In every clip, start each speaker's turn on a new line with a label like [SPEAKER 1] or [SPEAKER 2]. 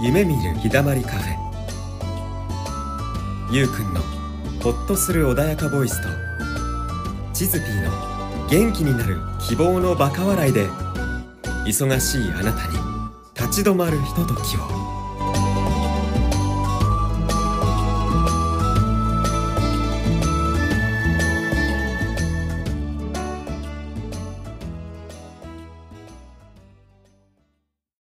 [SPEAKER 1] 夢見る日だまりカフェゆうくんのほっとする穏やかボイスとチズピーの元気になる希望のバカ笑いで忙しいあなたに立ち止まるひとときを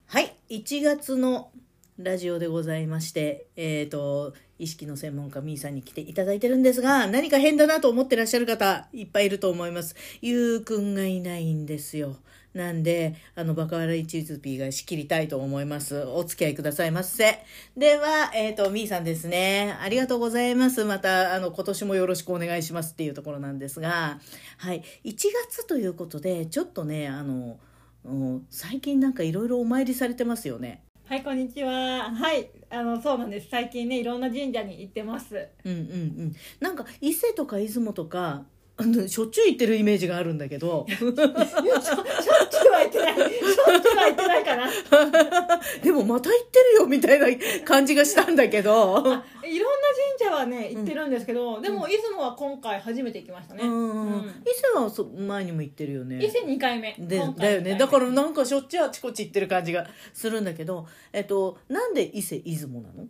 [SPEAKER 2] はい1月のラジオでございましてえっ、と意識の専門家みーさんに来ていただいてるんですが何か変だなと思ってらっしゃる方いっぱいいると思いますゆうくんがいないんですよなんであのバカ笑いチーズピーが仕切りたいと思いますお付き合いくださいませではえっ、とみーさんですねありがとうございますまたあの今年もよろしくお願いしますっていうところなんですがはい1月ということでちょっとねあのうん最近なんかいろいろお参りされてますよね。
[SPEAKER 3] はい、こんにちは。はい、あの、そうなんです。最近ね、いろんな神社に行ってます。
[SPEAKER 2] うんうんうん。なんか伊勢とか出雲とか、あのしょっちゅう行ってるイメージがあるんだけ ど、
[SPEAKER 3] しょっちゅうは行ってない。しょっちゅうは行ってないかな。
[SPEAKER 2] でもまた行ってるよみたいな感じがしたんだけ ど。
[SPEAKER 3] あいろんな神社はね、行ってるんですけど、でも、出雲は今回初めて行きましたね。
[SPEAKER 2] うんうん伊
[SPEAKER 3] うん
[SPEAKER 2] 勢はそ前にも行ってるよね。
[SPEAKER 3] 伊勢2回目。
[SPEAKER 2] で
[SPEAKER 3] 今
[SPEAKER 2] だ
[SPEAKER 3] 回
[SPEAKER 2] よ
[SPEAKER 3] 二回
[SPEAKER 2] ね
[SPEAKER 3] 目
[SPEAKER 2] だからなんかしょっちゅうあちこち行ってる感じがするんだけど、えっと、なんで伊勢出雲なの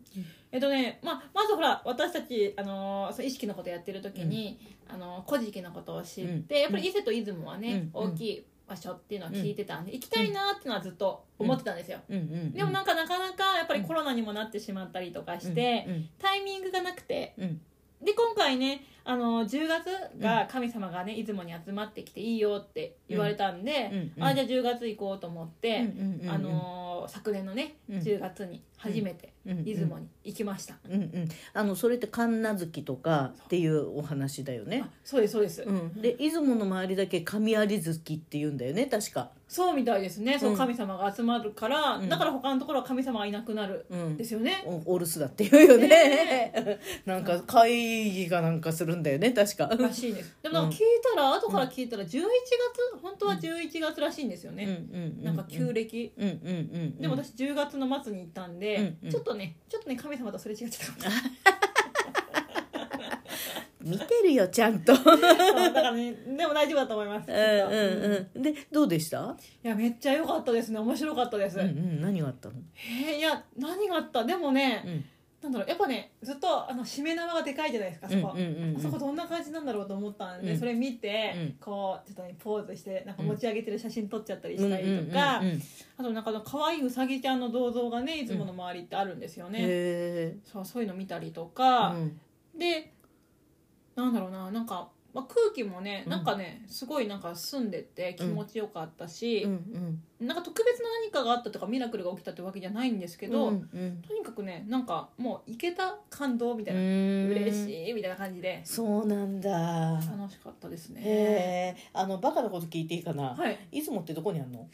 [SPEAKER 3] えっとね、まあ、まずほら私たち、あのーそう意識のことやってる時に「あのー古事記」のことを知って、
[SPEAKER 2] うん
[SPEAKER 3] やっぱり伊勢と出雲はね、
[SPEAKER 2] うん
[SPEAKER 3] 大きい場所っていうのは聞いてたんで、行きたいなーっていうのはずっと思ってたんですよ、
[SPEAKER 2] うんうんうん、
[SPEAKER 3] でもなんかなかなかやっぱりコロナにもなってしまったりとかして、
[SPEAKER 2] うん
[SPEAKER 3] タイミングがなくて
[SPEAKER 2] うん
[SPEAKER 3] で今回ねあの10月が神様がね出雲に集まってきていいよって言われたんで、
[SPEAKER 2] うんうん
[SPEAKER 3] あじゃあ10月行こうと思って、
[SPEAKER 2] うんうんうん
[SPEAKER 3] あのー昨年のね
[SPEAKER 2] うん
[SPEAKER 3] 10月に初めて
[SPEAKER 2] うんうん
[SPEAKER 3] 出雲に行きました、
[SPEAKER 2] うんうん、あのそれって神無月とかっていうお話だよね
[SPEAKER 3] あ。そうですそうです、
[SPEAKER 2] うん、で出雲の周りだけ神有月って言うんだよね確か。
[SPEAKER 3] そうみたいですねそううん神様が集まるから、
[SPEAKER 2] うん
[SPEAKER 3] だから他のところは神様がいなくなる
[SPEAKER 2] うんん
[SPEAKER 3] で、すよね、
[SPEAKER 2] おお留守だって言うよね
[SPEAKER 3] ね
[SPEAKER 2] なんか会議がなんかするんだよね確から
[SPEAKER 3] しいですでもなんか聞いたら、後から聞いたら11月本当は11月らしいんですよね、
[SPEAKER 2] な
[SPEAKER 3] なんか旧暦、
[SPEAKER 2] うんうんうん
[SPEAKER 3] でも私10月の末に行ったんで、
[SPEAKER 2] うんうん
[SPEAKER 3] ちょっとねちょっとね神様とすれ違っ ちゃったかもし
[SPEAKER 2] 見てるよちゃん と
[SPEAKER 3] れないそうだからねでも大丈夫だと思います、
[SPEAKER 2] う
[SPEAKER 3] き
[SPEAKER 2] ん
[SPEAKER 3] っ
[SPEAKER 2] う
[SPEAKER 3] と
[SPEAKER 2] んうんでどうでした
[SPEAKER 3] いやめっちゃ良かったですね面白かったです、
[SPEAKER 2] うんうん何があったの
[SPEAKER 3] えーいや何があったでもね、
[SPEAKER 2] うん
[SPEAKER 3] なんだろうやっぱねずっとあのしめ縄がでかいじゃないですかあそこ、
[SPEAKER 2] うんうんうんうん
[SPEAKER 3] あそこどんな感じなんだろうと思ったんで、
[SPEAKER 2] うん
[SPEAKER 3] それ見て、
[SPEAKER 2] うん
[SPEAKER 3] こうちょっとねポーズしてなんか持ち上げてる写真撮っちゃったりしたりとか、
[SPEAKER 2] うんうんうんうんへ
[SPEAKER 3] あとなんかあの可愛いうさぎちゃんの銅像がねいつもの周りってあるんですよね、
[SPEAKER 2] え
[SPEAKER 3] そうそういうの見たりとか、
[SPEAKER 2] うん
[SPEAKER 3] でなんだろうななんか、まあ、空気もねなんかね、すごいなんか澄んでて気持ちよかった
[SPEAKER 2] う
[SPEAKER 3] し、
[SPEAKER 2] ん
[SPEAKER 3] なんか特別な何かがあったとかミラクルが起きたってわけじゃないんですけ
[SPEAKER 2] け
[SPEAKER 3] ど、
[SPEAKER 2] うんうん
[SPEAKER 3] とにかくねなんかもう行けた感動みたいな、
[SPEAKER 2] 嬉
[SPEAKER 3] 嬉しいみたいな感じで
[SPEAKER 2] そうなんだ
[SPEAKER 3] 楽しかったですね。
[SPEAKER 2] へえあのバカなこと聞いていいかな
[SPEAKER 3] はい、
[SPEAKER 2] 出雲ってどこにあるの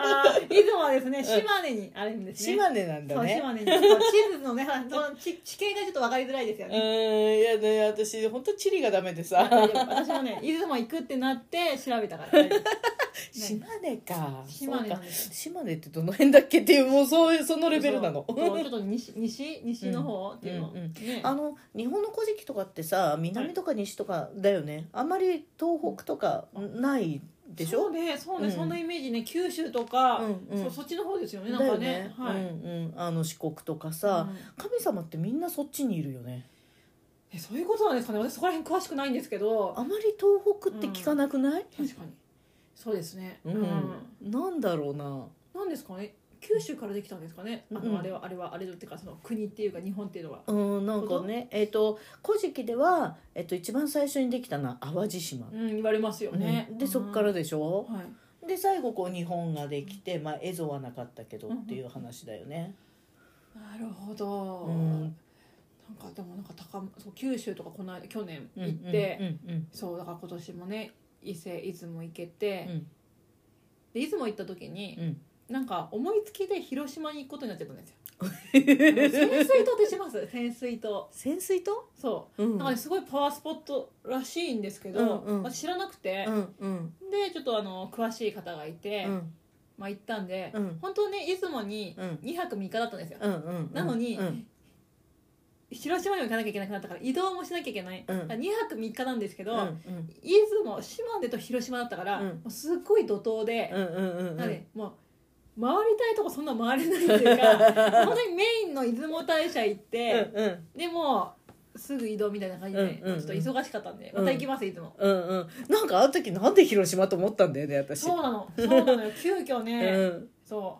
[SPEAKER 3] あー出雲はですね島根にあるんですね。
[SPEAKER 2] 島根なんだね
[SPEAKER 3] そう島根にそう地図のね その地地形がちょっと分かりづらいですよ
[SPEAKER 2] う
[SPEAKER 3] ね。
[SPEAKER 2] ーんいやね私本当地理がダメでさ
[SPEAKER 3] 大丈夫私もね出雲行くってなって調べた から大丈夫
[SPEAKER 2] 島根か
[SPEAKER 3] 島根
[SPEAKER 2] そ
[SPEAKER 3] な
[SPEAKER 2] うんか
[SPEAKER 3] です
[SPEAKER 2] 島根ってどの辺だっけっていうもうそういうそのレベルなの
[SPEAKER 3] そうそうちょっと西西西の方っていうの、
[SPEAKER 2] うんうん
[SPEAKER 3] ね
[SPEAKER 2] あの日本の古事記とかってさ南とか西とかだよねあんまり東北とかないでしょ
[SPEAKER 3] そうねそうね、
[SPEAKER 2] うん
[SPEAKER 3] そんなイメージね九州とか、
[SPEAKER 2] うんうん
[SPEAKER 3] そうそっちの方ですよねなん
[SPEAKER 2] だ
[SPEAKER 3] か
[SPEAKER 2] よ
[SPEAKER 3] ね
[SPEAKER 2] ね
[SPEAKER 3] は
[SPEAKER 2] う
[SPEAKER 3] い、
[SPEAKER 2] んうんあの四国とかさ
[SPEAKER 3] うん
[SPEAKER 2] 神様ってみんなそっちにいるよね
[SPEAKER 3] えそういうことなんですかね私そこら辺詳しくないんですけど
[SPEAKER 2] あまり東北って聞かなくない
[SPEAKER 3] 確かにそうですね
[SPEAKER 2] うん、なんだろうな
[SPEAKER 3] なんですかね九州からできたんですかねあの、
[SPEAKER 2] うん
[SPEAKER 3] あれはあれはあれだっていうかその国っていうか日本っていうのは
[SPEAKER 2] うんなんかねえっ、と古事記では、えっと一番最初にできたのは淡路島、
[SPEAKER 3] うん言われますよね、
[SPEAKER 2] うんでそっから
[SPEAKER 3] で、
[SPEAKER 2] でしょ、
[SPEAKER 3] はい
[SPEAKER 2] で最後こう日本ができて、まあ、蝦夷はなかったけどっていう話だよね。
[SPEAKER 3] なるほど、
[SPEAKER 2] うん
[SPEAKER 3] なんかでもなんか高そう九州とかこの間去年行って、
[SPEAKER 2] うんうん
[SPEAKER 3] そうだから今年もね伊勢出雲行けて、
[SPEAKER 2] うん
[SPEAKER 3] で出雲行った時に、
[SPEAKER 2] うん
[SPEAKER 3] なんか思いつきで広島に行くことになっちゃったん ですよあの
[SPEAKER 2] うん
[SPEAKER 3] 潜水島ってします潜水島
[SPEAKER 2] 潜水と、
[SPEAKER 3] そううなんんか、ね、すごいパワースポットらしいんですけど、
[SPEAKER 2] うんうん
[SPEAKER 3] 私知らなくて
[SPEAKER 2] う、んうん
[SPEAKER 3] でちょっとあの詳しい方がいて、
[SPEAKER 2] うん
[SPEAKER 3] まあ、行ったんで、
[SPEAKER 2] うん
[SPEAKER 3] 本当はね出雲に
[SPEAKER 2] うん
[SPEAKER 3] 2泊3日だったんですよ、
[SPEAKER 2] うんうんうん
[SPEAKER 3] なのに
[SPEAKER 2] うん
[SPEAKER 3] 広島にも行かなきゃいけなくなったから移動もしなきゃいけない、
[SPEAKER 2] うん
[SPEAKER 3] 2泊3日なんですけど、
[SPEAKER 2] うんうん
[SPEAKER 3] 出雲島根と広島だったから、
[SPEAKER 2] うん
[SPEAKER 3] もうすっごい怒涛で、
[SPEAKER 2] うんうんうんうん
[SPEAKER 3] なのでもう回りたいとこそんな回れないってい うか本当にメインの出雲大社行って、
[SPEAKER 2] うんうん
[SPEAKER 3] でもうすぐ移動みたいな感じで、
[SPEAKER 2] うんうんうん
[SPEAKER 3] ちょっと忙しかったんでまた行きますいつも、
[SPEAKER 2] うんうんなんかあの時なんで広島と思ったんだよね私
[SPEAKER 3] そうなのそうな のよ急遽
[SPEAKER 2] う
[SPEAKER 3] ね、
[SPEAKER 2] ん
[SPEAKER 3] そ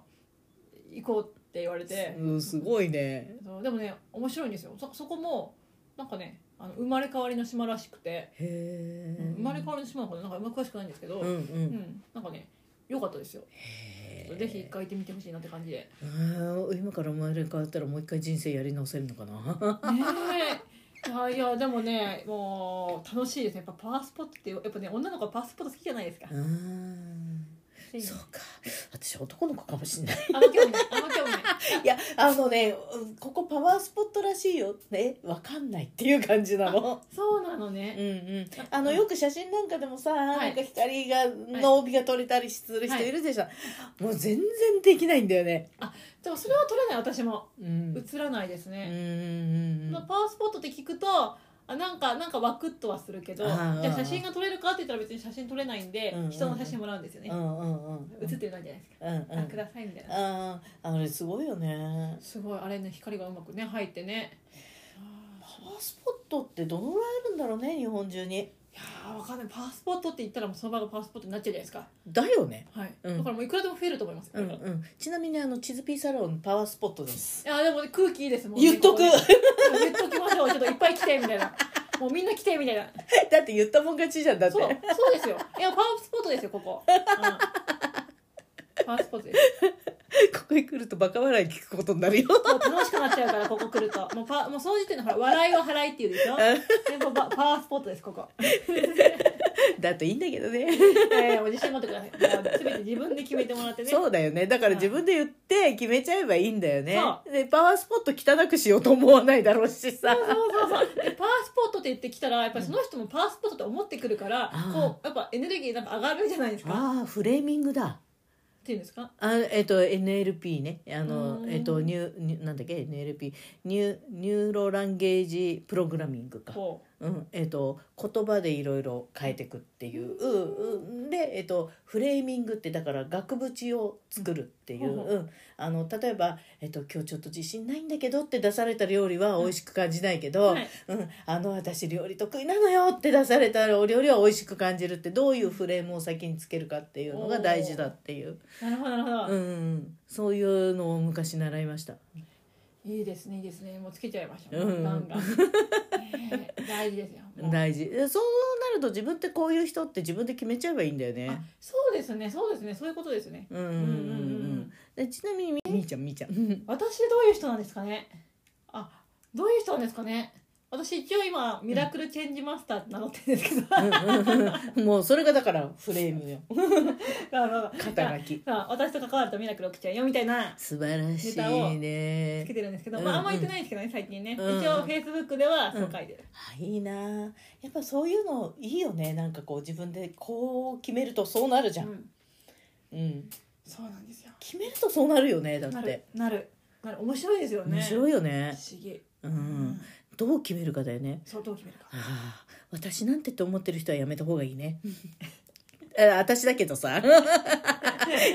[SPEAKER 3] う行こうって言われて、
[SPEAKER 2] うんすごいね
[SPEAKER 3] そうでもね面白いんですよそそこもなんかねあの生まれ変わりの島らしくて、
[SPEAKER 2] へえ
[SPEAKER 3] 生まれ変わりの島のことなんかあんま詳しくないんですけど、
[SPEAKER 2] うんう
[SPEAKER 3] うんんなんかね良かったですよ
[SPEAKER 2] へえ
[SPEAKER 3] ぜひ一回行ってみてほしいなって感じで、
[SPEAKER 2] あー今から生まれ変わったらもう一回人生やり直せるのかな
[SPEAKER 3] ねえいやいやでもねもう楽しいですねやっぱパワースポットってやっぱね女の子はパワースポット好きじゃないですか
[SPEAKER 2] あ、ー
[SPEAKER 3] で
[SPEAKER 2] そうか私男の子かもしれない
[SPEAKER 3] あんま興味ないあんま興味ない
[SPEAKER 2] いやあのねここパワースポットらしいよえわかんないっていう感じなの
[SPEAKER 3] そうなの
[SPEAKER 2] うん
[SPEAKER 3] ね、
[SPEAKER 2] うん、あのよく写真なんかでもさ、
[SPEAKER 3] い
[SPEAKER 2] なんか光がの帯が取れたりする人
[SPEAKER 3] はい
[SPEAKER 2] いるでしょ、もう全然できないんだよね、
[SPEAKER 3] でもそれは取れない私も
[SPEAKER 2] うんうん
[SPEAKER 3] 映らないです
[SPEAKER 2] うんう
[SPEAKER 3] ね、
[SPEAKER 2] ん
[SPEAKER 3] まあ、パワースポットって聞くとあなんかなんかワクッとはするけどじ
[SPEAKER 2] あー
[SPEAKER 3] ゃあ写真が撮れるかって言ったら別に写真撮れないんで、
[SPEAKER 2] うんうんうん
[SPEAKER 3] 人の写真もらうんですよね、
[SPEAKER 2] うんうんうん
[SPEAKER 3] 写ってないじゃないですか、
[SPEAKER 2] うんうん
[SPEAKER 3] あくださいみたいな、
[SPEAKER 2] あーあれすごいよね
[SPEAKER 3] すごいあれね光がうまくね入ってね
[SPEAKER 2] パワースポットってどのぐらいあるんだろうね日本中に
[SPEAKER 3] いやーわかんないパワースポットって言ったらもうその場がパワースポットになっちゃうじゃないですか
[SPEAKER 2] だよね
[SPEAKER 3] はい、
[SPEAKER 2] うん
[SPEAKER 3] だからもういくらでも増えると思います、
[SPEAKER 2] うんう
[SPEAKER 3] い
[SPEAKER 2] んちなみにあのチズピーサロンパワースポットです
[SPEAKER 3] やでもね空気いいですもんね
[SPEAKER 2] 言っとく
[SPEAKER 3] こ こ
[SPEAKER 2] だ
[SPEAKER 3] ね言っときましょうちょっといっぱい来てみた いなもうみんな来てみたいな
[SPEAKER 2] って言ったもん勝ちじゃんだって
[SPEAKER 3] そうそうですよいやパワースポットですよここ、うんパワースポットです
[SPEAKER 2] ここへ来るとバカ笑い聞くことになるよ
[SPEAKER 3] もう楽しくなっちゃうからここ来るともうパもうその時点でほら笑いを払いっていうでしょでもうパパワースポットですここ
[SPEAKER 2] だといいんだけどね
[SPEAKER 3] いやいやもう自信持ってくださいもう全て自分で決めてもらって ね
[SPEAKER 2] そうだよねだから自分で言って決めちゃえばいいんだよね
[SPEAKER 3] そ
[SPEAKER 2] でパワースポット汚くしようと思わないだろうしさ
[SPEAKER 3] そうそうそうでパワースポットって言ってきたらやっぱりその人もパワースポットって思ってくるから、
[SPEAKER 2] あー
[SPEAKER 3] こうやっぱエネルギーなんか上がるじゃないですかっ
[SPEAKER 2] ああフレーミングだ
[SPEAKER 3] ていうんですか
[SPEAKER 2] あえっ、と NLP ねあの
[SPEAKER 3] うん
[SPEAKER 2] えっ、とニューニューなんだっけ NLP ニューニューロランゲージプログラミングか
[SPEAKER 3] こ
[SPEAKER 2] うんえっと言葉でいろいろ変えていくっていう、うんうんで、えっとフレーミングってだから額縁を作るっていう、
[SPEAKER 3] うん
[SPEAKER 2] うんあの例えば、えっと「今日ちょっと自信ないんだけど」って出された料理は美味しく感じないけ
[SPEAKER 3] う、
[SPEAKER 2] ど「
[SPEAKER 3] はい、
[SPEAKER 2] うん、あの私料理得意なのよ」って出されたお料理は美味しく感じるってどういうフレームを先につけるかっていうのが大事だっていう、
[SPEAKER 3] なるほどなるほど、
[SPEAKER 2] うん、そういうのを昔習いました。
[SPEAKER 3] いいですねいいですねもうつけちゃいましょう、
[SPEAKER 2] うん
[SPEAKER 3] ガン ガン、ねえ大事ですよもう
[SPEAKER 2] 大事えそうなると自分ってこういう人って自分で決めちゃえばいいんだよね。
[SPEAKER 3] あそうですねそうですねそういうことですね
[SPEAKER 2] うんうん
[SPEAKER 3] うんうんうん
[SPEAKER 2] うんうん。ちなみにみみーちゃんみーちゃん。
[SPEAKER 3] 私どういう人なんですかねあどういう人なんですかね私一応今ミラクルチェンジマスターって名乗ってるん ですけ ど
[SPEAKER 2] もうそれがだからフレームよ。
[SPEAKER 3] なるほど
[SPEAKER 2] 肩書き。
[SPEAKER 3] さあ私と関わるとミラクル起きちゃうよみたいな
[SPEAKER 2] 素晴らしい
[SPEAKER 3] つけ
[SPEAKER 2] ね。
[SPEAKER 3] てるんですけど、
[SPEAKER 2] うん
[SPEAKER 3] まあ、あんま言ってないんですけどね最近ね、
[SPEAKER 2] うん
[SPEAKER 3] 一応フェイスブックではそう書いてる、
[SPEAKER 2] あいいな。やっぱそういうのいいよね。なんかこう自分でこう決めるとそうなるじゃん。
[SPEAKER 3] うん
[SPEAKER 2] うん。
[SPEAKER 3] そうなんですよ
[SPEAKER 2] 決めるとそうなるよね。だ
[SPEAKER 3] な
[SPEAKER 2] っ
[SPEAKER 3] る
[SPEAKER 2] て。
[SPEAKER 3] なるなる面白いですよね
[SPEAKER 2] 面白いよね。
[SPEAKER 3] 不思議
[SPEAKER 2] うん。どう決めるかだよね。
[SPEAKER 3] そうどう決めるか
[SPEAKER 2] ああ、私なんてって思ってる人はやめた方がいい ね。あ私だけど さ。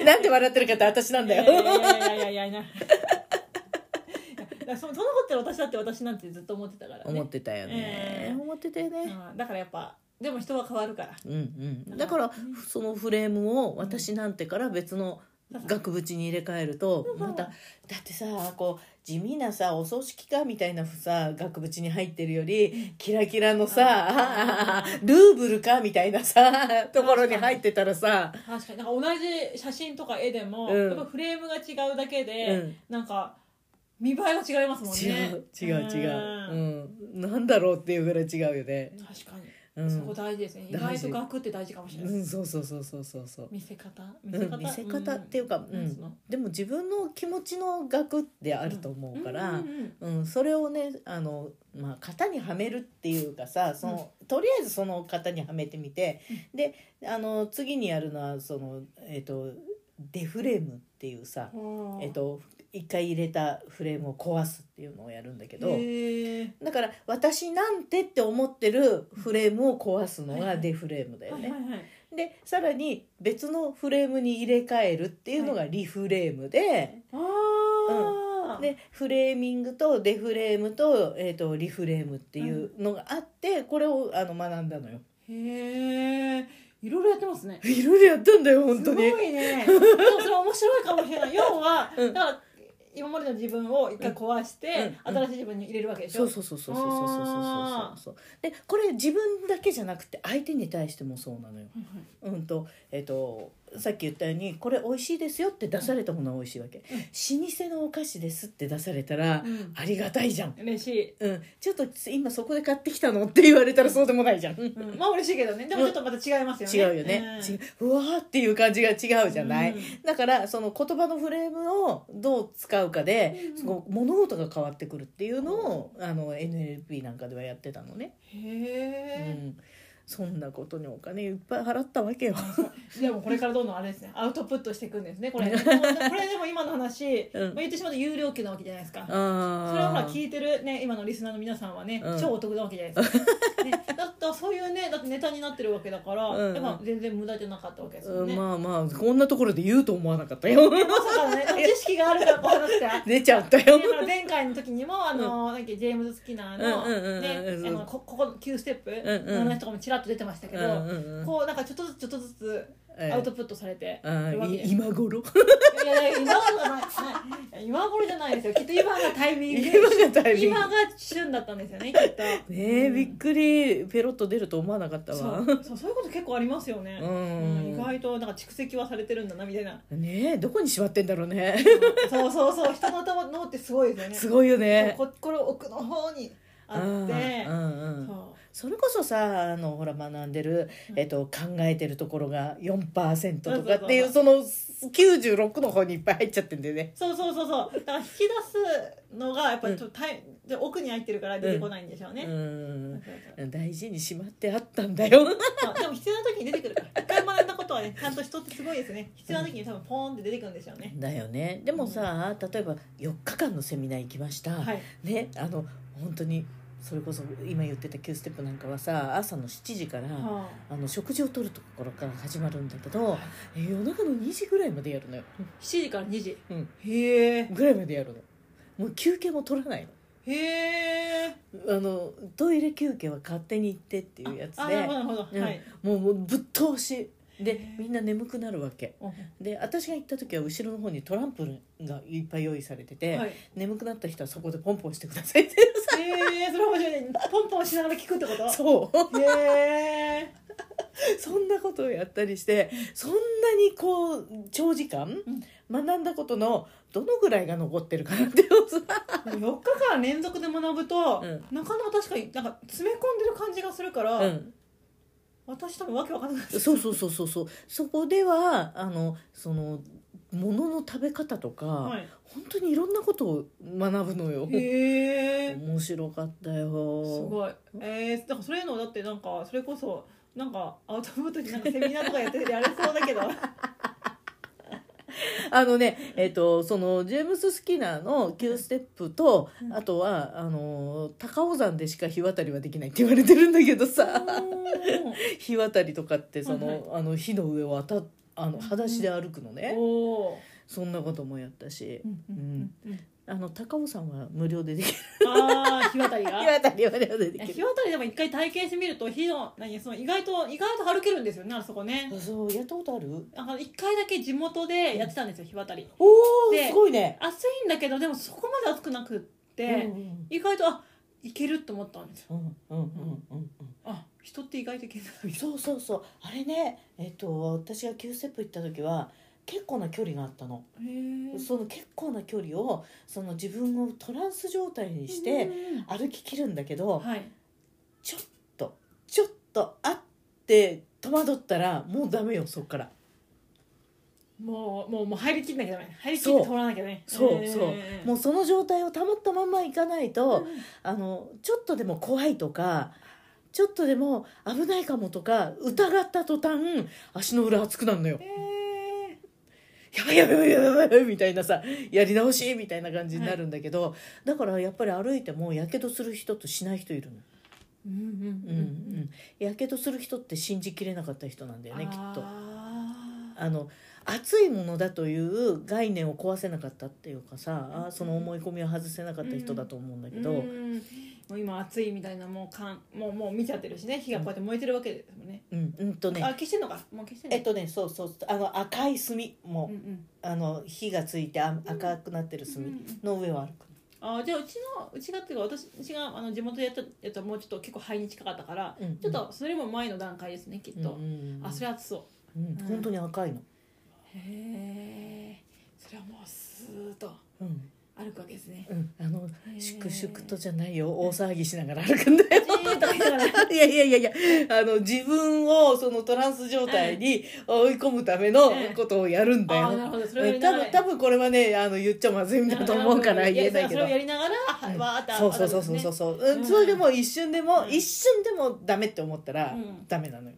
[SPEAKER 2] なんで笑ってるかって私なんだよ。
[SPEAKER 3] いやいやいやいやいやいやいやそそのことって私だって私なんてずっと思ってたからね
[SPEAKER 2] 思ってたよね、
[SPEAKER 3] えー
[SPEAKER 2] 思ってたよね、
[SPEAKER 3] うんだからやっぱでも人は変わるから
[SPEAKER 2] うんうん、だからそのフレームを私なんてから別の額縁に入れ替えると
[SPEAKER 3] うん
[SPEAKER 2] まただってさこう地味なさお葬式かみたいなさ額縁に入ってるよりキラキラのさ
[SPEAKER 3] う
[SPEAKER 2] ルーブルかみたいなさところに入ってたらさ、
[SPEAKER 3] 確かになんか同じ写真とか絵でも、
[SPEAKER 2] うん
[SPEAKER 3] やっぱフレームが違うだけ
[SPEAKER 2] う
[SPEAKER 3] で、
[SPEAKER 2] ん、
[SPEAKER 3] なんか見栄えが違いますもん
[SPEAKER 2] 違
[SPEAKER 3] ね
[SPEAKER 2] う違う違う、
[SPEAKER 3] ん
[SPEAKER 2] うん、なんだろうっていうぐらい違うよね、
[SPEAKER 3] 確かに
[SPEAKER 2] うん、
[SPEAKER 3] そこ大事ですね。意
[SPEAKER 2] 大
[SPEAKER 3] 外
[SPEAKER 2] 事
[SPEAKER 3] と額って大事かもしれな
[SPEAKER 2] う
[SPEAKER 3] い。
[SPEAKER 2] んそうそうそうそうそうそう
[SPEAKER 3] 見せ方、見
[SPEAKER 2] うん見せ方っていうかうん
[SPEAKER 3] なんつの
[SPEAKER 2] でも自分の気持ちの額であると思うから、う
[SPEAKER 3] うんんうんうん
[SPEAKER 2] それをねあの、まあ、型にはめるっていうかさその、とりあえずその型にはめてみて、であの次にやるのはその、えっとデフレームっていうさ、えっと一回入れたフレームを壊すっていうのをやるんだけど、
[SPEAKER 3] へえ
[SPEAKER 2] だから私なんてって思ってるフレームを壊すの
[SPEAKER 3] はいは
[SPEAKER 2] が
[SPEAKER 3] い
[SPEAKER 2] デフレームだよ
[SPEAKER 3] はい
[SPEAKER 2] ね。
[SPEAKER 3] はいはい
[SPEAKER 2] でさらに別のフレームに入れ替えるっていうのがリフレームで,、
[SPEAKER 3] あー
[SPEAKER 2] でフレーミングとデフレームと,、えー、とリフレームっていうのがあって、これをあの学んだのよ。
[SPEAKER 3] へえいろいろやってますね
[SPEAKER 2] いろいろやったんだよ本当に。
[SPEAKER 3] すご いねでもそれ面白いかもしれない要は、
[SPEAKER 2] うん
[SPEAKER 3] だから今までの自分を一回壊して、
[SPEAKER 2] うんうん
[SPEAKER 3] 新しい自分に入れるわけでし
[SPEAKER 2] そ
[SPEAKER 3] ょ
[SPEAKER 2] うそうそうそうそうそうそうそう
[SPEAKER 3] あー
[SPEAKER 2] そうでこれ自分だけじゃなくて相手に対してもそうなのよ。
[SPEAKER 3] はいはい
[SPEAKER 2] うんとえっ、とさっき言ったようにこれ美味しいですよって出されたものは美味しいわけ、
[SPEAKER 3] ん
[SPEAKER 2] 老舗のお菓子ですって出されたら、
[SPEAKER 3] うん
[SPEAKER 2] ありがたいじゃん。
[SPEAKER 3] 嬉しい、
[SPEAKER 2] うん、ちょっと今そこで買ってきたのって言われたらそうでもないじゃん。違
[SPEAKER 3] うんまあ嬉しいけどねでもちょっとまた違いますよね、
[SPEAKER 2] うよね。
[SPEAKER 3] ん
[SPEAKER 2] 違ううわーっていう感じが違うじゃない、
[SPEAKER 3] うん
[SPEAKER 2] だからその言葉のフレームをどう使うかで、
[SPEAKER 3] うん
[SPEAKER 2] その物事が変わってくるっていうのをあの NLP なんかではやってたのね、う
[SPEAKER 3] へえ、
[SPEAKER 2] ん、そんなことにお金いっぱい払ったわけよ。
[SPEAKER 3] でもこれからどんどんあれですねアウトプットしていくんです ねこれこれでも今の話、
[SPEAKER 2] うん
[SPEAKER 3] まあ、言ってしまうと有料級なわけじゃないですかそ
[SPEAKER 2] そ
[SPEAKER 3] れはほら聞いてるね今のリスナーの皆さんはね、
[SPEAKER 2] うん
[SPEAKER 3] 超お得なわけじゃな いですか、ね、だってそういうねだってネタになってるわけだから、
[SPEAKER 2] うん
[SPEAKER 3] やっぱ全然無駄じゃなかったわけですよ
[SPEAKER 2] う
[SPEAKER 3] ね、
[SPEAKER 2] ん、まあまあこんなところで言うと思わなかったよ
[SPEAKER 3] まさかのね、でも知識があるからこうなって。ね
[SPEAKER 2] 出ちゃったよ
[SPEAKER 3] ほら前回の時にも、あの、なんかジェームズ・スキナーの、
[SPEAKER 2] うんうんうんうん
[SPEAKER 3] ね、あのこここの9ステップ
[SPEAKER 2] んうん
[SPEAKER 3] の話とかもちらっと出てましたけど、
[SPEAKER 2] うんうんうん
[SPEAKER 3] こう、なんかちょっとずつちょっとずつアウトプットされて
[SPEAKER 2] えー
[SPEAKER 3] るわけ
[SPEAKER 2] い
[SPEAKER 3] です。
[SPEAKER 2] 今頃
[SPEAKER 3] いやいや、今頃じゃないない。今頃じゃないですよ。きっと今がタイミング
[SPEAKER 2] 今
[SPEAKER 3] で。
[SPEAKER 2] がタイミング
[SPEAKER 3] 今が旬だったんですよね、きっと。
[SPEAKER 2] ねえ、
[SPEAKER 3] うん
[SPEAKER 2] びっくりペロッと出ると思わなかった
[SPEAKER 3] そ
[SPEAKER 2] わ
[SPEAKER 3] うそうそういうこと結構ありますよね、
[SPEAKER 2] うん
[SPEAKER 3] うん意外となんか蓄積はされてるんだなみ たいな
[SPEAKER 2] ねえどこにしまってんだろうね
[SPEAKER 3] そうそうそう人の頭脳ってすごいですよね
[SPEAKER 2] すごいよ
[SPEAKER 3] そう
[SPEAKER 2] ね
[SPEAKER 3] ここれ奥の方にあ
[SPEAKER 2] うん
[SPEAKER 3] っ
[SPEAKER 2] うん
[SPEAKER 3] て
[SPEAKER 2] うん、
[SPEAKER 3] そ
[SPEAKER 2] それこそさあのほら学んでる、えっと、考えてるところが4%とかっていう
[SPEAKER 3] そ
[SPEAKER 2] その96の方にいっぱい入っちゃってんだよね。
[SPEAKER 3] うそうそうそうそうだから引き出すのがやっぱりちょっとタイで奥に入ってるから出てこないんでしょうね、
[SPEAKER 2] うん
[SPEAKER 3] そうそう
[SPEAKER 2] 大事にしまってあったんだよ。
[SPEAKER 3] そうでも必要な時に出てくるから一回学んだことはねちゃんと人ってすごいですね必要な時に多分ポーンって出てくるんでしょうね、
[SPEAKER 2] だよねでもさ例えば4日間のセミナー行きました、
[SPEAKER 3] はい
[SPEAKER 2] ねあの本当にそれこそ今言ってた9ステップなんかはさ朝の7時から、
[SPEAKER 3] は
[SPEAKER 2] あの食事をとるところから始まるんだけど、えー夜中の2時ぐらいまでやるのよ、
[SPEAKER 3] あ、7時から2時
[SPEAKER 2] うん、
[SPEAKER 3] へえ
[SPEAKER 2] ぐらいまでやるのもう休憩も取らないの
[SPEAKER 3] へえ
[SPEAKER 2] あのトイレ休憩は勝手に行ってっていうやつ
[SPEAKER 3] あなる
[SPEAKER 2] で
[SPEAKER 3] ほどなるほど、
[SPEAKER 2] うん
[SPEAKER 3] はい
[SPEAKER 2] もうもうぶっ通し
[SPEAKER 3] へ
[SPEAKER 2] で
[SPEAKER 3] ー
[SPEAKER 2] みんな眠くなるわけで私が行った時は後ろの方にトランプがいっぱい用意されてて、
[SPEAKER 3] はい
[SPEAKER 2] 眠くなった人はそこでポンポンしてくださいって
[SPEAKER 3] えー、それ面白いねポンポンしながら聞くってこと
[SPEAKER 2] そう
[SPEAKER 3] へえ
[SPEAKER 2] そんなことをやったりしてそんなにこう長時間
[SPEAKER 3] ん
[SPEAKER 2] 学んだことのどのぐらいが残ってるかなっていうさ
[SPEAKER 3] 4日間連続で学ぶと、
[SPEAKER 2] うん
[SPEAKER 3] なかなか確かになんか詰め込んでる感じがするから、
[SPEAKER 2] うん
[SPEAKER 3] 私多分わけわかんない
[SPEAKER 2] そうそうそうそうそうそこではあのそのものの食べ方とか、
[SPEAKER 3] はい
[SPEAKER 2] 本当にいろんなことを学ぶのよ
[SPEAKER 3] へえ
[SPEAKER 2] 面白かったよ
[SPEAKER 3] すごいえー、だからそれのだってなんかそれこそなんかアウトプットになんかセミナーとかやっててやれそう だけど
[SPEAKER 2] あのね、えっ、と、そのジェームススキナーの9ステップと、あとは、あの、高尾山でしか日渡りはできないって言われてるんだけどさ。日渡りとかって、その、
[SPEAKER 3] はい
[SPEAKER 2] あの火の上をあた、あの裸足で歩くのね。
[SPEAKER 3] おお
[SPEAKER 2] そんなこともやったし
[SPEAKER 3] ー、、うんうんうんうん
[SPEAKER 2] あの高尾山は無料でできる。
[SPEAKER 3] ああ日渡りが
[SPEAKER 2] 日渡りは無料ででき
[SPEAKER 3] 日
[SPEAKER 2] る。
[SPEAKER 3] 渡りでも一回体験してみると火の何その意外と意外と歩けるんですよねあそこね
[SPEAKER 2] あそう、やったことある。
[SPEAKER 3] なんか一回だけ地元でやってたんですよ日渡り
[SPEAKER 2] おお、
[SPEAKER 3] です
[SPEAKER 2] ごいね。
[SPEAKER 3] 暑いんだけどでもそこまで暑くなくって、
[SPEAKER 2] うん
[SPEAKER 3] 意外とあいけると思ったんですよ
[SPEAKER 2] うんうんうんうんうん。
[SPEAKER 3] あ人って意外といけるんだみたい
[SPEAKER 2] そうそうそうあれねえっと私が9ステップ行った時は結構な距離があったの、
[SPEAKER 3] なへ
[SPEAKER 2] その結構な距離をその自分をトランス状態に
[SPEAKER 3] う
[SPEAKER 2] して
[SPEAKER 3] ん
[SPEAKER 2] 歩ききるんだけど、
[SPEAKER 3] はい
[SPEAKER 2] ちょっとちょっとあって戸惑ったらもうダメよそっから
[SPEAKER 3] もうもうもう入りきんなきゃダメ入りきって通らなきゃね
[SPEAKER 2] そう
[SPEAKER 3] へー
[SPEAKER 2] そうもうその状態を保ったまんま行かないと、あのちょっとでも怖いとかちょっとでも危ないかもとか疑った途端足の裏熱くなるのよ
[SPEAKER 3] へー
[SPEAKER 2] やばいやばいやばいやばいやばいみたいなさやり直しみたいな感じになるんだけど、だからやっぱり歩いてもやけどする人としない人いるの。
[SPEAKER 3] うんうん
[SPEAKER 2] うんうん、やけどする人って信じきれなかった人なんだよねきっと。
[SPEAKER 3] あー
[SPEAKER 2] あの熱いものだという概念を壊せなかったっていうかさ、あその思い込みを外せなかった人だと思うんだけど、
[SPEAKER 3] うんもう今暑いみたいなもうかんもうもう見ちゃってるしね火がこうやって燃えてるわけですもんね、
[SPEAKER 2] うん、うんと
[SPEAKER 3] あ
[SPEAKER 2] ね、
[SPEAKER 3] 消してんのかもう消してんの
[SPEAKER 2] えっとね、そうそう、あの赤い炭も、
[SPEAKER 3] うんうん
[SPEAKER 2] あの火がついてあ赤くなってる
[SPEAKER 3] うんう
[SPEAKER 2] 炭
[SPEAKER 3] ん
[SPEAKER 2] の上を歩く。
[SPEAKER 3] あーじゃあうちのうちがっていうか私うちがあの地元でやったやつはもうちょっと結構灰に近かったから、
[SPEAKER 2] うんうん
[SPEAKER 3] ちょっとそれも前の段階ですねきっと、
[SPEAKER 2] うん
[SPEAKER 3] あそれは暑そう
[SPEAKER 2] うん、本当に赤いの。
[SPEAKER 3] へえそれはもうスーッと
[SPEAKER 2] うん、
[SPEAKER 3] 歩くわけですね
[SPEAKER 2] うん、あの
[SPEAKER 3] へー
[SPEAKER 2] 粛々とじゃないよ、大騒ぎしながら歩くんだよ。
[SPEAKER 3] じーっと言いながら
[SPEAKER 2] いやいやいやいやあの自分をそのトランス状態に追い込むためのことをやるんだよ。
[SPEAKER 3] あーなるほどそれをや
[SPEAKER 2] え
[SPEAKER 3] り
[SPEAKER 2] 多
[SPEAKER 3] ながら
[SPEAKER 2] 分多分これはねあの言っちゃまずいんだと思うから言えないけ
[SPEAKER 3] やそれ
[SPEAKER 2] ど
[SPEAKER 3] を。やりながら、はわーって
[SPEAKER 2] そうそうそうそうそう
[SPEAKER 3] う
[SPEAKER 2] そう、う
[SPEAKER 3] うん
[SPEAKER 2] ん、それでも一瞬でも、
[SPEAKER 3] うん
[SPEAKER 2] 一瞬でもダメって思ったら、
[SPEAKER 3] うん
[SPEAKER 2] ダメなのよ。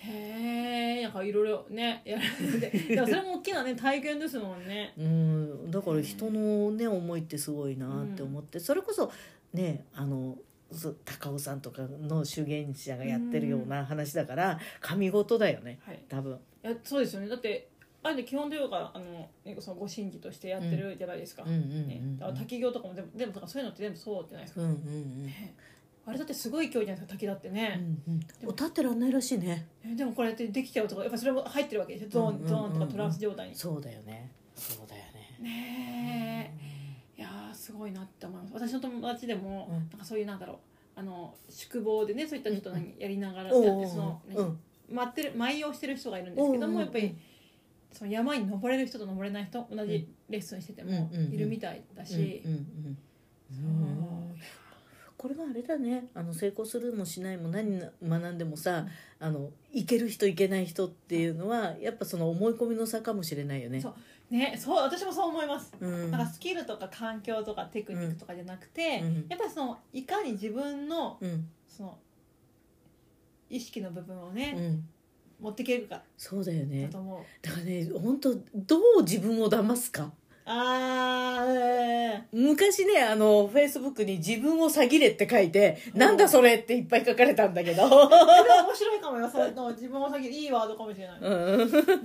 [SPEAKER 3] へえなんかいろいろねやられ てでもそれも大きなね体験ですもんね
[SPEAKER 2] うん、だから人のね思いってすごいなって思って、それこそねあのそ高尾さんとかの修験者がやってるような話だから神事だよね
[SPEAKER 3] はい
[SPEAKER 2] 多分。
[SPEAKER 3] いやそうですよねだってあれで基本というかあの、ね、そのご神事としてやってるじゃないですか、
[SPEAKER 2] うんうんうん
[SPEAKER 3] ね、だから滝行とかも全部全部とからそういうのって全部そうじゃないですか、
[SPEAKER 2] うんうんうん
[SPEAKER 3] あれだってすごい勢いじゃないですか滝だってね、
[SPEAKER 2] でも立ってらんないらしいね
[SPEAKER 3] えでもこれってできちゃうとかやっぱそれも入ってるわけでしょゾーン、
[SPEAKER 2] うんうんうんうん
[SPEAKER 3] ゾーンとかトランス状態に
[SPEAKER 2] そうだよねそうだよね
[SPEAKER 3] ねえいやーすごいなって思います私の友達でも、
[SPEAKER 2] うん
[SPEAKER 3] なんかそういうなんだろうあの宿坊でねそういったちょっと何やりながら、
[SPEAKER 2] お
[SPEAKER 3] やって
[SPEAKER 2] う
[SPEAKER 3] その、
[SPEAKER 2] おううん
[SPEAKER 3] 待ってる舞をしてる人がいるんですけど
[SPEAKER 2] うんうんう
[SPEAKER 3] も
[SPEAKER 2] ん
[SPEAKER 3] やっぱりその山に登れる人と登れない人同じレッスンしてても
[SPEAKER 2] うんうんうん
[SPEAKER 3] いるみたいだし
[SPEAKER 2] うんうんう
[SPEAKER 3] そうん
[SPEAKER 2] これはあれだねあの成功するもしないも何学んでもさあのいける人いけない人っていうのはやっぱその思い込みの差かもしれないよね
[SPEAKER 3] そうねそう私もそう思います。
[SPEAKER 2] うん
[SPEAKER 3] なんかスキルとか環境とかテクニックとかじゃなくて、
[SPEAKER 2] うん
[SPEAKER 3] やっぱりそのいかに自分の
[SPEAKER 2] うん
[SPEAKER 3] その意識の部分を
[SPEAKER 2] う
[SPEAKER 3] ね、
[SPEAKER 2] ん
[SPEAKER 3] 持っていけるか
[SPEAKER 2] そうだよ
[SPEAKER 3] だ
[SPEAKER 2] ね
[SPEAKER 3] と思う。
[SPEAKER 2] だからね本当どう自分を騙すか
[SPEAKER 3] あ ー
[SPEAKER 2] 昔ねあのフェイスブックに「自分を詐欺れ」って書いて「なんだそれ」っていっぱい書かれたんだけど
[SPEAKER 3] それは面白いかもよそれの自分を詐欺いいワードかもしれない、
[SPEAKER 2] う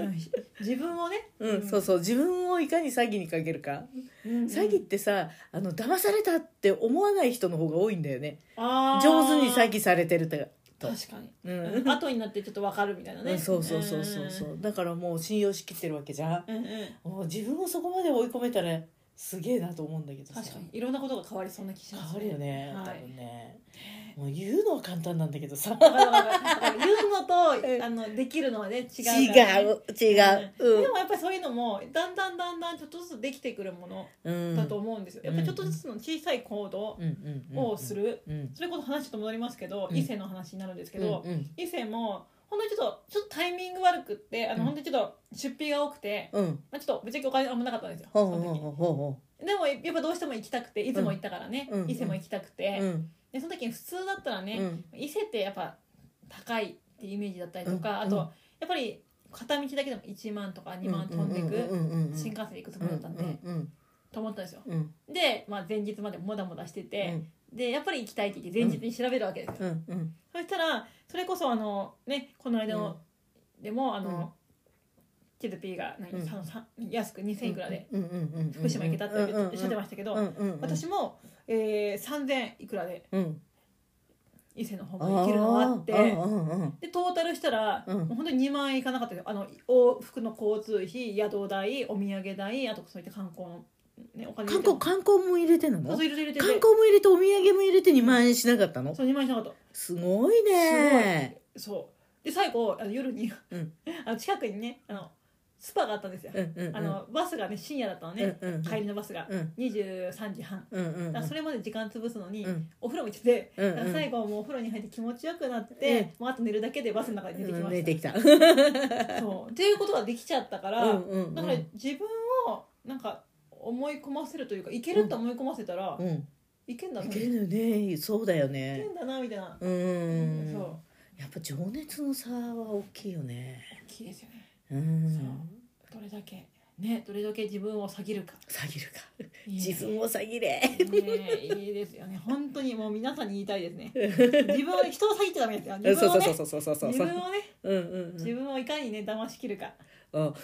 [SPEAKER 2] ん
[SPEAKER 3] 自分をね、
[SPEAKER 2] うん、そうそう自分をいかに詐欺にかけるか、
[SPEAKER 3] うん
[SPEAKER 2] 詐欺ってさあの騙されたって思わない人の方が多いんだよね
[SPEAKER 3] あー
[SPEAKER 2] 上手に詐欺されてるってと
[SPEAKER 3] 確かに、
[SPEAKER 2] うん
[SPEAKER 3] うん、後になってちょっとわかるみたいな
[SPEAKER 2] う
[SPEAKER 3] ね
[SPEAKER 2] んそうそうそうそうそうだからもう信用しきってるわけじゃん
[SPEAKER 3] うん、うんうん
[SPEAKER 2] もう自分をそこまで追い込めたらすげえなと思うんだけどさ
[SPEAKER 3] 確かにいろんなことが変わりそうな気しま
[SPEAKER 2] 変
[SPEAKER 3] す
[SPEAKER 2] わるよね、
[SPEAKER 3] は
[SPEAKER 2] 多
[SPEAKER 3] い
[SPEAKER 2] 分ねもう言うのは簡単なんだけどさ
[SPEAKER 3] わかるわかるわかる言うのとあのできるのはね違う
[SPEAKER 2] 違
[SPEAKER 3] からね
[SPEAKER 2] う違う
[SPEAKER 3] うん
[SPEAKER 2] うん
[SPEAKER 3] でもやっぱりそういうのもだんだんだんだんちょっとずつできてくるもの
[SPEAKER 2] うん
[SPEAKER 3] だと思うんですよ、やっぱりちょっとずつの小さい行動
[SPEAKER 2] うんうんうん
[SPEAKER 3] をする、
[SPEAKER 2] うん
[SPEAKER 3] それこそ話ちょっと戻りますけど、
[SPEAKER 2] うん
[SPEAKER 3] 異性の話になるんですけど、
[SPEAKER 2] うんうん
[SPEAKER 3] 伊勢も本当にちょっとちょっとタイミング悪くってあの、
[SPEAKER 2] うん
[SPEAKER 3] 本当にちょっと出費が多くて、
[SPEAKER 2] うん
[SPEAKER 3] まあ、ちょっとぶっちゃけお金あんまなかったんですよ、
[SPEAKER 2] ほう
[SPEAKER 3] そ
[SPEAKER 2] ほう
[SPEAKER 3] の時
[SPEAKER 2] ほうほうほ
[SPEAKER 3] でもやっぱどうしても行きたくていつも行ったからね、
[SPEAKER 2] うん
[SPEAKER 3] 伊勢も行きたくて、
[SPEAKER 2] ううん
[SPEAKER 3] でその時に普通だったら
[SPEAKER 2] う
[SPEAKER 3] ね、
[SPEAKER 2] ん
[SPEAKER 3] 伊勢ってやっぱ高いっていうイメージだったりとか、
[SPEAKER 2] うん
[SPEAKER 3] あとやっぱり片道だけでも1万とか2万飛んでいく、新
[SPEAKER 2] 幹
[SPEAKER 3] 幹線で行くつもりだったんで、
[SPEAKER 2] うん
[SPEAKER 3] と思ったんですよ
[SPEAKER 2] うん
[SPEAKER 3] で、まあ、前日までもだもだして
[SPEAKER 2] う
[SPEAKER 3] て、
[SPEAKER 2] ん
[SPEAKER 3] でやっぱり行きたいって言って前日に調べるわけです
[SPEAKER 2] う
[SPEAKER 3] よ、
[SPEAKER 2] んうん
[SPEAKER 3] そしたらそれこそあのねこの間の、でもあの、チルピーが何、
[SPEAKER 2] うん
[SPEAKER 3] さんさん安く2000いくらで
[SPEAKER 2] うんうんうんうん
[SPEAKER 3] 福島行けたって言っておっしゃってましたけど、
[SPEAKER 2] うんうんうん
[SPEAKER 3] 私も、えー、3000いくらで
[SPEAKER 2] うん
[SPEAKER 3] 伊勢の方
[SPEAKER 2] あ
[SPEAKER 3] も行けるのがあって
[SPEAKER 2] ーうんうんうん
[SPEAKER 3] でトータルしたら、
[SPEAKER 2] うん
[SPEAKER 3] もう本当に2万円いかなかったですよあの往復の交通費宿代お土産代あとそういった観光の、ね、お金
[SPEAKER 2] 観光観光も入れてんの
[SPEAKER 3] そう
[SPEAKER 2] 観
[SPEAKER 3] 入れて入れて
[SPEAKER 2] 光も入れてお土産も入れて2万円しなかったの
[SPEAKER 3] そう2万円しなかった
[SPEAKER 2] すごいね
[SPEAKER 3] そうで最後あの夜に、
[SPEAKER 2] うん
[SPEAKER 3] あの近くにねあのスパがあったんですよ、
[SPEAKER 2] うんうんうん
[SPEAKER 3] あのバスがね深夜だったのね、
[SPEAKER 2] うんうんうん
[SPEAKER 3] 帰りのバスが、
[SPEAKER 2] うん
[SPEAKER 3] 23時半、
[SPEAKER 2] うんうんうん
[SPEAKER 3] だからそれまで時間潰すのに、
[SPEAKER 2] うん
[SPEAKER 3] お風呂も行ってて、
[SPEAKER 2] うんうん
[SPEAKER 3] だから最後もうお風呂に入って気持ちよくなって、もうあと寝るだけでバスの中で出てき
[SPEAKER 2] う
[SPEAKER 3] ま
[SPEAKER 2] ん出て
[SPEAKER 3] し
[SPEAKER 2] きた
[SPEAKER 3] た、そうっていうことができちゃったから、
[SPEAKER 2] うんうんうん
[SPEAKER 3] だから自分をなんか思い込ませるというかいけると思い込ませたら、
[SPEAKER 2] うん
[SPEAKER 3] いけんだ
[SPEAKER 2] い
[SPEAKER 3] な
[SPEAKER 2] けるよねそうだよ
[SPEAKER 3] いけ
[SPEAKER 2] ね
[SPEAKER 3] んだなみたいな、
[SPEAKER 2] うーん
[SPEAKER 3] そう
[SPEAKER 2] やっぱ情熱の差は大きいよね
[SPEAKER 3] 大きいですよね
[SPEAKER 2] うん
[SPEAKER 3] そうどれだけねどれだけ自分を下げるか
[SPEAKER 2] 下げるか
[SPEAKER 3] いいね
[SPEAKER 2] 自分を下げれ
[SPEAKER 3] ねいいですよね本当にもう皆さんに言いたいで すね自分を人を下げちゃダメですよ自
[SPEAKER 2] そうそうそ
[SPEAKER 3] 分をね
[SPEAKER 2] うそうそうそう
[SPEAKER 3] 自
[SPEAKER 2] そう
[SPEAKER 3] 分をね
[SPEAKER 2] うんうんうん
[SPEAKER 3] 自分をいかにね騙しきるか、
[SPEAKER 2] うん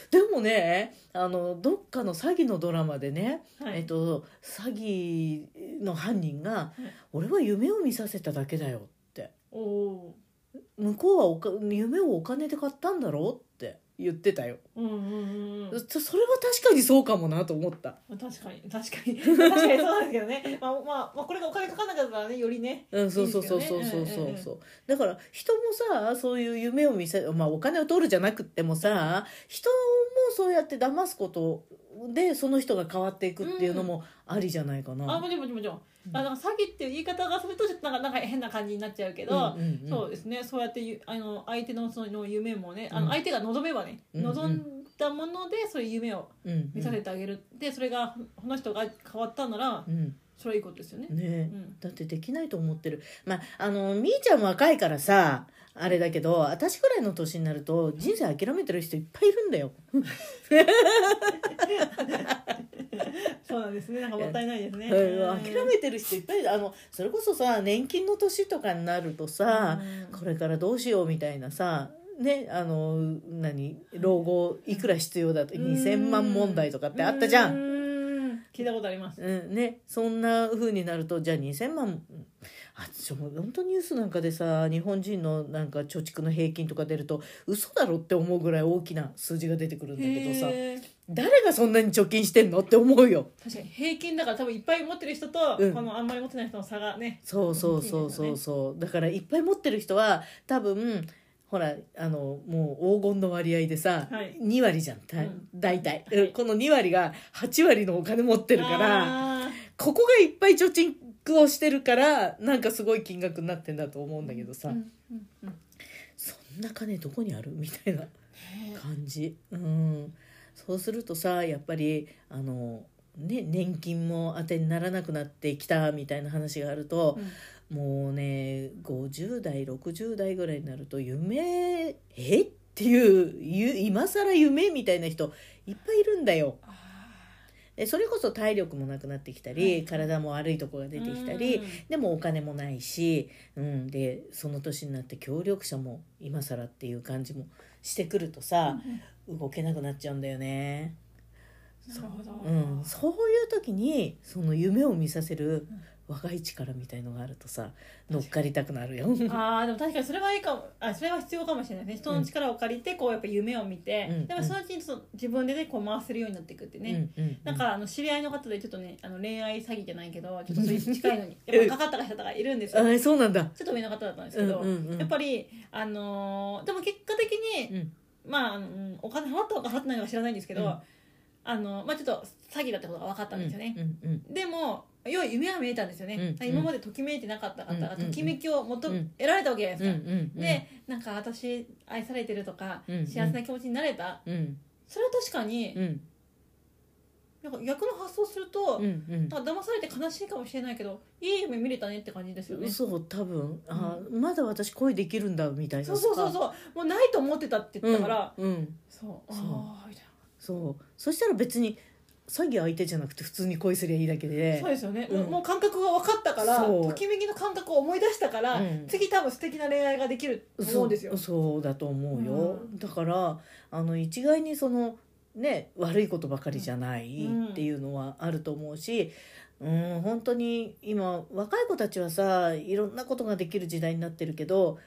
[SPEAKER 2] でもねあのどっかの詐欺のドラマでね、
[SPEAKER 3] は
[SPEAKER 2] えっと、詐欺の犯人が
[SPEAKER 3] い
[SPEAKER 2] 「俺は夢を見させただけだよ」って
[SPEAKER 3] おお
[SPEAKER 2] 「向こうはおか夢をお金で買ったんだろ?」って言ってたよ、
[SPEAKER 3] ーうんうんうん
[SPEAKER 2] そそれは確かにそうかもなと思った、
[SPEAKER 3] 確かに 確かに確かにそうなんですけどね、まあまあ、まあこれがお金かかんなかったらねよりね
[SPEAKER 2] うん、そうそうそう
[SPEAKER 3] いい
[SPEAKER 2] そう
[SPEAKER 3] です
[SPEAKER 2] そ
[SPEAKER 3] よ
[SPEAKER 2] う
[SPEAKER 3] ね
[SPEAKER 2] そう
[SPEAKER 3] うんうん
[SPEAKER 2] そうだから人もさそういう夢を見せまあお金を取るじゃなくってもさ人もそうやって騙すことでその人が変わっていくっていうのもありじゃないかな、
[SPEAKER 3] あもちろんもちろんもちろん、あなんか詐欺っていう言い方がするとちょっとなんかなんか変な感じになっちゃうけど、
[SPEAKER 2] うんうんうん
[SPEAKER 3] そうですねそうやってゆあの相手のその夢もねあ
[SPEAKER 2] うん
[SPEAKER 3] の相手が望めばね、
[SPEAKER 2] うんうん
[SPEAKER 3] 望んだものでそういう夢を
[SPEAKER 2] うんうん
[SPEAKER 3] 見させてあげる、でそれがこの人が変わったなら
[SPEAKER 2] うん
[SPEAKER 3] それはいいことですよね。
[SPEAKER 2] ね
[SPEAKER 3] うん
[SPEAKER 2] だってできないと思ってるまああのみーちゃん若いからさあれだけど私ぐらいの年になると人生諦めてる人いっぱいいるんだよ
[SPEAKER 3] そうなんですね。なんかもったいないですね。
[SPEAKER 2] うん諦めてる人いっぱいいるあのそれこそさ年金の年とかになるとさ、これからどうしようみたいなさねあの何老後いくら必要だと2,000万問題とかってあったじゃ。
[SPEAKER 3] うんーん。聞いたことあります。
[SPEAKER 2] うんね、そんな風になるとじゃあ2,000万うんあちょ本当ニュースなんかでさ日本人のなんか貯蓄の平均とか出ると嘘だろって思うぐらい大きな数字が出てくるんだけどさ
[SPEAKER 3] へー
[SPEAKER 2] 誰がそんなに貯金してんのって思うよ。
[SPEAKER 3] 確かに平均だから多分いっぱい持ってる人と、
[SPEAKER 2] うん
[SPEAKER 3] このあんまり持ってない人の差がね。
[SPEAKER 2] そうそうそうそうそう、だからいっぱい持ってる人は多分ほらあのもう黄金の割合でさ、
[SPEAKER 3] はい
[SPEAKER 2] 2割じゃんた、
[SPEAKER 3] うん
[SPEAKER 2] 大体、
[SPEAKER 3] はい
[SPEAKER 2] うんこの2割が8割のお金持ってるから
[SPEAKER 3] あー
[SPEAKER 2] ここがいっぱい貯金をしてるからなんかすごい金額になってんだと思うんだけどさ、
[SPEAKER 3] うんうんうん
[SPEAKER 2] そんな金どこにあるみたいな
[SPEAKER 3] へー
[SPEAKER 2] 感じ、うん、そうするとさやっぱりあの、ね、年金も当てにならなくなってきたみたいな話があると、
[SPEAKER 3] うん
[SPEAKER 2] もうね50代60代ぐらいになると夢えっていうゆ今更夢みたいな人いっぱいいるんだよ。
[SPEAKER 3] あ
[SPEAKER 2] でそれこそ体力もなくなってきた
[SPEAKER 3] は
[SPEAKER 2] り、
[SPEAKER 3] い
[SPEAKER 2] 体も悪いとこが
[SPEAKER 3] ー
[SPEAKER 2] 出てきたり、
[SPEAKER 3] うん
[SPEAKER 2] でもお金もないし、うん、でその年になって協力者も今更っていう感じもしてくるとさ、動けなくなっちゃうんだよね。
[SPEAKER 3] なるほど。
[SPEAKER 2] うん、そういう時にその夢を見させる若い力みたいのがあるとさ乗っかりたくなるよ。
[SPEAKER 3] あーでも確かにそれはいいかもあそれは必要かもしれないですね人の力を借りてこうやっぱ夢を見て、
[SPEAKER 2] うん
[SPEAKER 3] でもそのうちにその自分でねこう回せるようになっていくってね、
[SPEAKER 2] うんうんうん、
[SPEAKER 3] なんかあの知り合いの方でちょっとねあの恋愛詐欺じゃないけ どちょっとそれに近いのにやっぱかかった方がいるんです
[SPEAKER 2] あ
[SPEAKER 3] よ
[SPEAKER 2] ーそうなんだ。
[SPEAKER 3] ちょっと上の方だったんです
[SPEAKER 2] う
[SPEAKER 3] け
[SPEAKER 2] ん
[SPEAKER 3] ど、
[SPEAKER 2] うんうん、
[SPEAKER 3] やっぱりあのーでも結果的に、
[SPEAKER 2] うん
[SPEAKER 3] まあ、うんお金払ったのか払ってないのか知らないんですけど、
[SPEAKER 2] うん
[SPEAKER 3] あのまあちょっと詐欺だってことが分かったんですよね、
[SPEAKER 2] うんうん
[SPEAKER 3] でも要は夢は見えたんですよね、
[SPEAKER 2] うん
[SPEAKER 3] 今までときめいてなかった方が
[SPEAKER 2] うん
[SPEAKER 3] ときめきを求
[SPEAKER 2] うん
[SPEAKER 3] め、得られたわけじゃな
[SPEAKER 2] うん
[SPEAKER 3] い
[SPEAKER 2] う
[SPEAKER 3] です
[SPEAKER 2] ん
[SPEAKER 3] か、
[SPEAKER 2] うん、
[SPEAKER 3] でなんか私愛されてるとか、
[SPEAKER 2] うん
[SPEAKER 3] 幸せな気持ちになれた
[SPEAKER 2] うん
[SPEAKER 3] それは確かに、
[SPEAKER 2] うん
[SPEAKER 3] なんか逆の発想すると、
[SPEAKER 2] うんうん
[SPEAKER 3] なんか騙されて悲しいかもしれないけどいい夢見れたねって感じですよねそう
[SPEAKER 2] そう多分あー、まだ私恋できるんだみたいな
[SPEAKER 3] そうそうそうもうないと思ってたって言ったから、
[SPEAKER 2] うん、うん、
[SPEAKER 3] そう
[SPEAKER 2] そう
[SPEAKER 3] あーみたい
[SPEAKER 2] そうそしたら別に詐欺相手じゃなくて普通に恋すりゃいいだけ
[SPEAKER 3] な
[SPEAKER 2] で
[SPEAKER 3] そうですよね、
[SPEAKER 2] うん
[SPEAKER 3] もうもう感覚が分かったから
[SPEAKER 2] そう
[SPEAKER 3] ときめきの感覚を思い出したから、
[SPEAKER 2] うん
[SPEAKER 3] 次多分素敵な恋愛ができると思うんですよ
[SPEAKER 2] そうだと思うよ、
[SPEAKER 3] うん
[SPEAKER 2] だからあの一概にそのね悪いことばかりじゃない
[SPEAKER 3] うん
[SPEAKER 2] っていうのはあると思うし、うん、本当に今若い子たちはさいろんなことができる時代になってるけど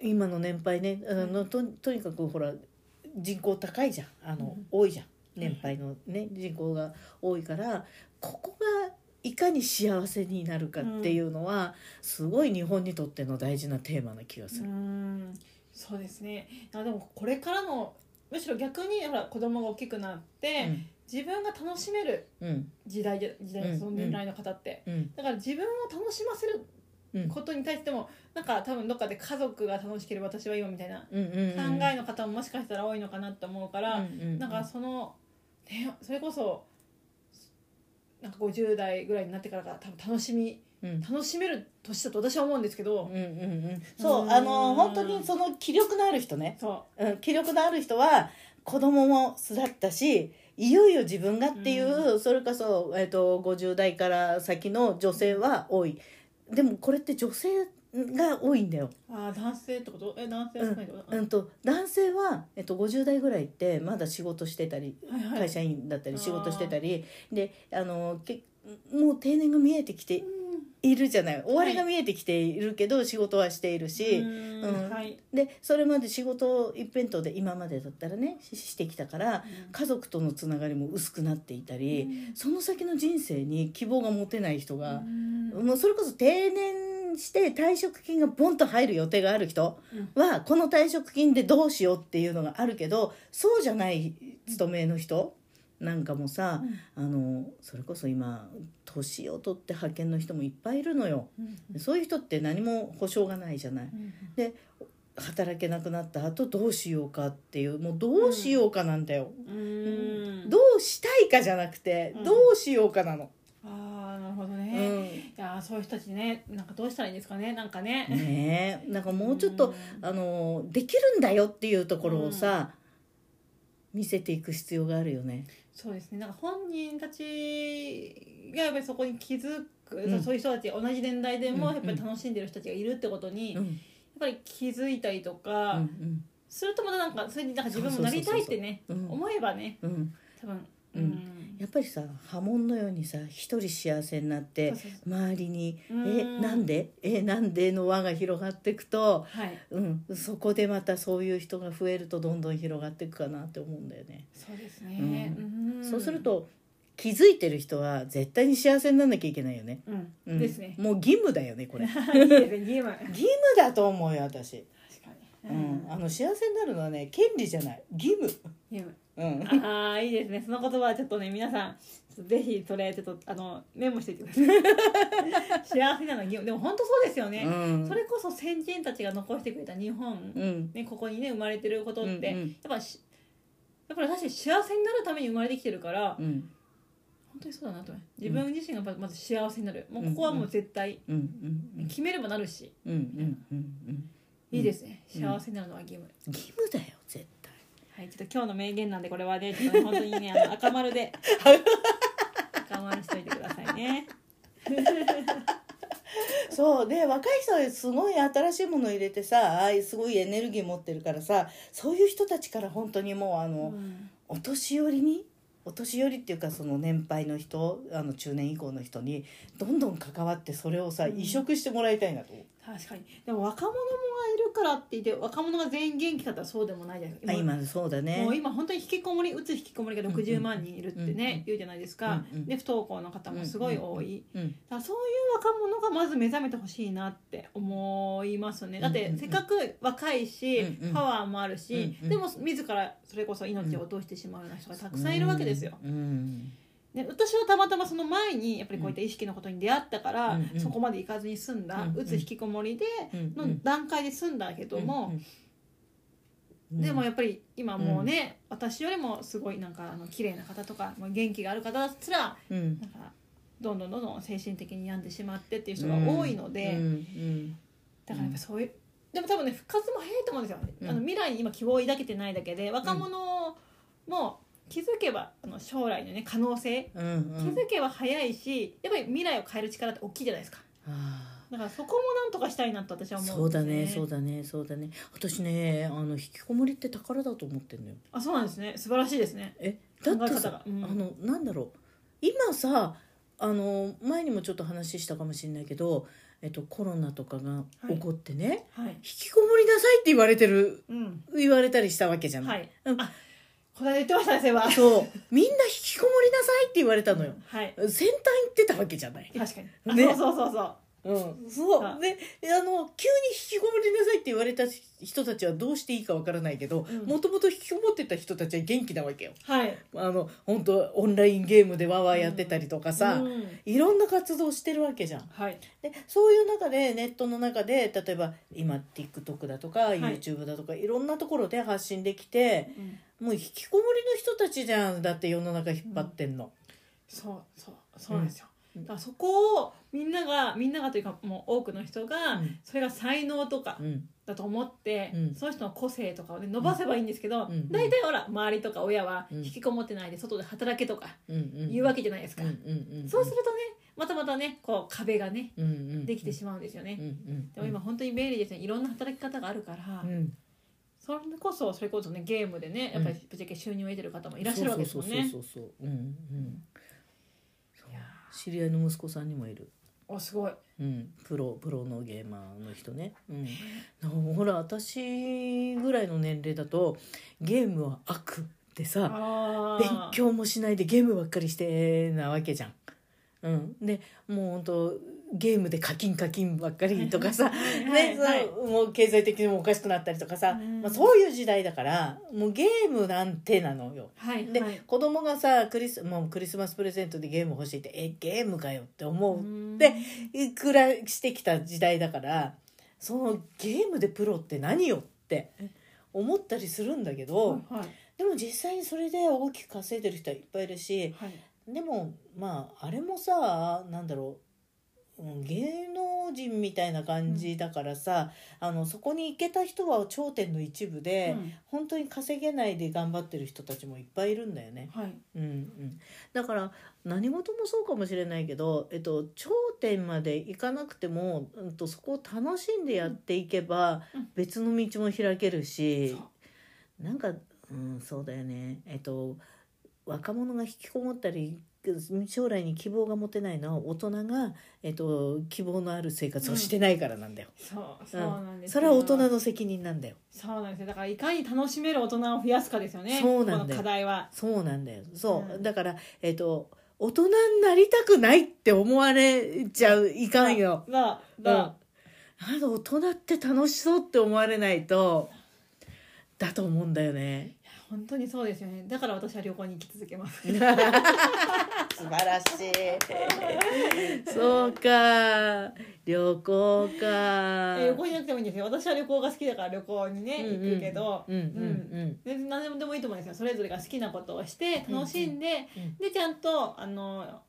[SPEAKER 2] 今の年配ねあのととにかくほら人口高いじゃんあの、
[SPEAKER 3] うん
[SPEAKER 2] 多いじゃん年配の、ね、人口が多いからここがいかに幸せになるかっていうのは、すごい日本にとっての大事なテーマな気がす
[SPEAKER 3] う
[SPEAKER 2] る。
[SPEAKER 3] んそうですねあでもこれからのむしろ逆にほら子供が大きくなって、自分が楽しめる
[SPEAKER 2] うん
[SPEAKER 3] 時代じゃ時代
[SPEAKER 2] うん
[SPEAKER 3] その年代の方って、
[SPEAKER 2] うん
[SPEAKER 3] だから自分を楽しませる
[SPEAKER 2] うん
[SPEAKER 3] ことに対してもなんか多分どっかで家族が楽しければ私は今みたいな
[SPEAKER 2] うんうん
[SPEAKER 3] 考えの方ももしかしたら多いのかなと思うから、
[SPEAKER 2] うん
[SPEAKER 3] なんかその、ね、それこそなんか50代ぐらいになってからが多分楽しみ
[SPEAKER 2] うん
[SPEAKER 3] 楽しめる年だと私は思うんですけど、
[SPEAKER 2] うんうんうん
[SPEAKER 3] う
[SPEAKER 2] そうんあの本当にその気力のある人ね、
[SPEAKER 3] そ
[SPEAKER 2] うん、気力のある人は子供も巣立ったしいよいよ自分がっていう、それこそ、えー、と50代から先の女性は多いでもこれって女性が多いんだよ、
[SPEAKER 3] あー男性ってことえ男性
[SPEAKER 2] う
[SPEAKER 3] 少ないってこと、
[SPEAKER 2] んうん、と男性は、えっと50代ぐらいってまだ仕事してたり
[SPEAKER 3] はいはい
[SPEAKER 2] 会社員だったり仕事してたりであのけもう定年が見えてきているじゃない終わりが見えてきているけど仕事はしているし、
[SPEAKER 3] うん
[SPEAKER 2] うん
[SPEAKER 3] はい
[SPEAKER 2] でそれまで仕事一辺倒で今までだったらねししてきたから家族とのつながりも薄くなっていたり、その先の人生に希望が持てない人が、もうそれこそ定年して退職金がボンと入る予定がある人は、この退職金でどうしようっていうのがあるけどそうじゃない勤めの人なんかもさ、あのそれこそ今年を取って派遣の人もいっぱいいるのよ。そういう人って何も保証がないじゃない。で働けなくなった後どうしようかっていうもうどうしようかなんだよ、
[SPEAKER 3] うん
[SPEAKER 2] どうしたいかじゃなくて、
[SPEAKER 3] うん
[SPEAKER 2] どうしようかなの、
[SPEAKER 3] ああなるほど
[SPEAKER 2] う
[SPEAKER 3] ね、
[SPEAKER 2] ん、
[SPEAKER 3] いやーそういう人たちねなんかどうしたらいいんですかねなんかね
[SPEAKER 2] ねえなんかもうちょっと、
[SPEAKER 3] ん
[SPEAKER 2] あのできるんだよっていうところをさ、見せていく必要があるよね
[SPEAKER 3] そうですねなんか本人たちがやっぱりそこに気づく、
[SPEAKER 2] うん
[SPEAKER 3] そういう人たち同じ年代でも
[SPEAKER 2] うん
[SPEAKER 3] やっぱり楽しんでる人たちがいるってことに、
[SPEAKER 2] う
[SPEAKER 3] やっ
[SPEAKER 2] ん
[SPEAKER 3] ぱり気づいたりと
[SPEAKER 2] う
[SPEAKER 3] か、
[SPEAKER 2] ん
[SPEAKER 3] するとまたなんかそれになんか自分もなりたいってね
[SPEAKER 2] そうそうそうそううん
[SPEAKER 3] 思えばね
[SPEAKER 2] うんうん
[SPEAKER 3] 多分
[SPEAKER 2] うんやっぱりさ波紋のようにさ一人幸せになって
[SPEAKER 3] そうそうそ
[SPEAKER 2] 周りに「
[SPEAKER 3] うん
[SPEAKER 2] えなんでえなんで?」の輪が広がっていくと
[SPEAKER 3] はい
[SPEAKER 2] うん、そこでまたそういう人が増えるとどんどん広がっていくかなって思うんだよね。
[SPEAKER 3] そうですね、
[SPEAKER 2] う
[SPEAKER 3] うん
[SPEAKER 2] そうする、と気づいてる人は絶対に幸せにならなきゃいけないよね。
[SPEAKER 3] うん
[SPEAKER 2] うん、
[SPEAKER 3] です ね
[SPEAKER 2] もう義務だよねこれ。義
[SPEAKER 3] いいですねゲーム確か
[SPEAKER 2] 務だと思うよ私。う
[SPEAKER 3] に、
[SPEAKER 2] ん、あの幸せになるのはね権利じゃない義務。
[SPEAKER 3] ゲーム
[SPEAKER 2] うん。
[SPEAKER 3] ああいいですねその言葉はちょっとね皆さんちょっとぜひそれちょっとあのメモしておいてく ださい幸せなの義務でも本当そうですよね、
[SPEAKER 2] うん。
[SPEAKER 3] それこそ先人たちが残してくれた日本、
[SPEAKER 2] うん。
[SPEAKER 3] ね、ここにね生まれてることって、
[SPEAKER 2] うんうん
[SPEAKER 3] やっぱしやっぱり私たち幸せになるために生まれてきてるから、
[SPEAKER 2] うん
[SPEAKER 3] 本当にそうだなと思う自分自身がまず幸せになる、もうここはもう絶対
[SPEAKER 2] うんうん
[SPEAKER 3] 決めればなるし、
[SPEAKER 2] うんうんうんうん
[SPEAKER 3] いいですね
[SPEAKER 2] うん
[SPEAKER 3] 幸せになるのは義務、
[SPEAKER 2] 義務だよ絶対。
[SPEAKER 3] はいちょっと今日の名言なんでこれはねちょっとね本当にねあの赤丸で赤丸しといてくださいね
[SPEAKER 2] そうで若い人はすごい新しいものを入れてさああすごいエネルギー持ってるからさそういう人たちから本当にもうあの、お年寄りにお年寄りっていうかその年配の人あの中年以降の人にどんどん関わってそれをさ、
[SPEAKER 3] うん
[SPEAKER 2] 移植してもらいたいなと思う、
[SPEAKER 3] 確かにでも若者もがいるからって言って若者が全員元気だったらそうでもないじゃないです
[SPEAKER 2] あ
[SPEAKER 3] か
[SPEAKER 2] 今そうだね
[SPEAKER 3] もう今本当に引きこもりうつ引きこもりが60万人いるってね、
[SPEAKER 2] うんうん
[SPEAKER 3] 言うじゃないですか、
[SPEAKER 2] うんうん
[SPEAKER 3] で不登校の方もすごい多い、
[SPEAKER 2] うん
[SPEAKER 3] だからそういう若者がまず目覚めてほしいなって思いますねだっ
[SPEAKER 2] うんうん
[SPEAKER 3] て
[SPEAKER 2] うん
[SPEAKER 3] せっかく若いし、
[SPEAKER 2] うんうん
[SPEAKER 3] パワーもあるし、
[SPEAKER 2] うんうん
[SPEAKER 3] でも自らそれこそ命を落としてしまうような人がたくさんいるわけですよ、
[SPEAKER 2] うん
[SPEAKER 3] ね、私はたまたまその前にやっぱりこういった意識のことに出会ったから、
[SPEAKER 2] うんうん
[SPEAKER 3] そこまでいかずに済んだ、
[SPEAKER 2] うんうん
[SPEAKER 3] うつ引きこもりで
[SPEAKER 2] うん
[SPEAKER 3] の段階で済んだけども、
[SPEAKER 2] うん
[SPEAKER 3] でもやっぱり今もうね、私よりもすごいなんかあの綺麗な方とかもう元気がある方すら
[SPEAKER 2] うん
[SPEAKER 3] なんかどんどんどんどん精神的に病んでしまってっていう人が多いので、
[SPEAKER 2] うんうん
[SPEAKER 3] だからやっぱそういうでも多分ね復活も早いと思うんですよ、あの未来に今希望を抱けてないだけで若者も気づけばあの将来のね可能性
[SPEAKER 2] うんうん
[SPEAKER 3] 気づけば早いしやっぱり未来を変える力って大きいじゃないですか
[SPEAKER 2] あ
[SPEAKER 3] だからそこもなんとかしたいなと私
[SPEAKER 2] あ
[SPEAKER 3] は思
[SPEAKER 2] そううん
[SPEAKER 3] で
[SPEAKER 2] だ
[SPEAKER 3] す
[SPEAKER 2] ねそうだねそうだね私ねあの引きこもりって宝だと思ってんのよ
[SPEAKER 3] あそうなんですね素晴らしいですね
[SPEAKER 2] えだってさ、
[SPEAKER 3] 考え方がうん
[SPEAKER 2] あのなんだろう今さあの前にもちょっと話したかもしれないけど、えっと、コロナとかが起こってね、
[SPEAKER 3] はい
[SPEAKER 2] 引、きこもりなさいって言われてる
[SPEAKER 3] うん、
[SPEAKER 2] 言われたりしたわけじゃない、
[SPEAKER 3] はい。
[SPEAKER 2] うん
[SPEAKER 3] あ、この間言ってましたね、先生は。
[SPEAKER 2] そうみんな引きこもりなさいって言われたのよ、
[SPEAKER 3] はい。
[SPEAKER 2] 先端行ってたわけじゃない、
[SPEAKER 3] 確かに。あ
[SPEAKER 2] ね
[SPEAKER 3] そうそうそうそう。
[SPEAKER 2] うん、そう
[SPEAKER 3] あ
[SPEAKER 2] であの急に引きこもりなさいって言われた人たちはどうしていいかわからないけど
[SPEAKER 3] うん
[SPEAKER 2] もともと引きこもってた人たちは元気なわけよ
[SPEAKER 3] はい。
[SPEAKER 2] あの本当オンラインゲームでわーわーやってたりとかさ、
[SPEAKER 3] うん
[SPEAKER 2] いろんな活動してるわけじゃん。
[SPEAKER 3] はい。
[SPEAKER 2] でそういう中でネットの中で例えば今 TikTok だとか
[SPEAKER 3] い
[SPEAKER 2] YouTube だとか、い、ろんなところで発信できてもう引きこもりの人たちじゃんだって世の中引っ張ってんの。
[SPEAKER 3] そうそう、そうなんですよ。
[SPEAKER 2] うん
[SPEAKER 3] だからそこをみんながみんながというかもう多くの人が、
[SPEAKER 2] うん
[SPEAKER 3] それが才能とか
[SPEAKER 2] うん
[SPEAKER 3] だと思って、
[SPEAKER 2] うん
[SPEAKER 3] その人の個性とかをね伸ばせばいいんですけど、
[SPEAKER 2] うん
[SPEAKER 3] 大体ほら周りとか親は
[SPEAKER 2] うん
[SPEAKER 3] 引きこもってないで外で働けとか
[SPEAKER 2] うんうん
[SPEAKER 3] 言うわけじゃないですか、
[SPEAKER 2] うんうんうん
[SPEAKER 3] そうするとねまたまたねこう壁がね
[SPEAKER 2] うんうん
[SPEAKER 3] できてしまうんですよね、
[SPEAKER 2] うんうん
[SPEAKER 3] でも今本当に便利ですねいろんな働き方があるから、
[SPEAKER 2] うん
[SPEAKER 3] それこそそれこそねゲームでねやっぱりぶっちゃけ収入を得てる方もいらっしゃるわけですもんね
[SPEAKER 2] そうそうそうそうそううんうん
[SPEAKER 3] いや
[SPEAKER 2] 知り合いの息子さんにもいる
[SPEAKER 3] ーおすごい
[SPEAKER 2] うん、プロプロのゲーマーの人ね、うん、なんかほら私ぐらいの年齢だとゲームは悪ってさ
[SPEAKER 3] あ
[SPEAKER 2] 勉強もしないでゲームばっかりしてなわけじゃん。うん、でもうほんとゲームで課金課金ばっかりとかさ、ね
[SPEAKER 3] ねはい
[SPEAKER 2] そうもう経済的にもおかしくなったりとかさ、
[SPEAKER 3] うん
[SPEAKER 2] まあ、そういう時代だからもうゲームなんてなのよ。
[SPEAKER 3] はい
[SPEAKER 2] で、
[SPEAKER 3] はい
[SPEAKER 2] 子供がさクリスもうクリスマスプレゼントでゲーム欲しいってえゲームかよって思うでいくらしてきた時代だからそのゲームでプロって何よって思ったりするんだけど、
[SPEAKER 3] はいはい
[SPEAKER 2] でも実際にそれで大きく稼いでる人はいっぱいいるし
[SPEAKER 3] はい
[SPEAKER 2] でもまああれもさなんだろううん芸能人みたいな感じだからさ、あのそこに行けた人は頂点の一部で、
[SPEAKER 3] うん
[SPEAKER 2] 本当に稼げないで頑張ってる人たちもいっぱいいるんだよね。
[SPEAKER 3] はい
[SPEAKER 2] うんうん、だから何事もそうかもしれないけど、えっと、頂点まで行かなくても、うん、とそこを楽しんでやっていけば
[SPEAKER 3] うん
[SPEAKER 2] 別の道も開けるし
[SPEAKER 3] そ、
[SPEAKER 2] なんか、うん、そうだよね、えっと、若者が引きこもったり将来に希望が持てないのは大人が、えっと、希望のある生活をしてないからなんだよ。
[SPEAKER 3] そうそうなんですよ
[SPEAKER 2] それは大人の責任なんだよ。
[SPEAKER 3] そうなんですよだからいかに楽しめる大人を増やすかですよね
[SPEAKER 2] そうなんだよ
[SPEAKER 3] この課題は
[SPEAKER 2] そうなんだよ。そう。
[SPEAKER 3] うん
[SPEAKER 2] だから、えっ、と、大人になりたくないって思われちゃう、いかんよ。
[SPEAKER 3] が
[SPEAKER 2] うん。あ
[SPEAKER 3] が、
[SPEAKER 2] の、大人って楽しそうって思われないと、だと思うんだよね。
[SPEAKER 3] 本当にそうですよねだから私は旅行に行き続けます
[SPEAKER 2] 素晴らしい。 そうか。旅行か。
[SPEAKER 3] え旅行じゃなくてもいいんですよ私は旅行が好きだから旅行にね、
[SPEAKER 2] うんうん
[SPEAKER 3] 行くけど、
[SPEAKER 2] うんうん
[SPEAKER 3] で何でもいいと思うんですよそれぞれが好きなことをして楽しんで、
[SPEAKER 2] うんうん
[SPEAKER 3] でちゃんとあの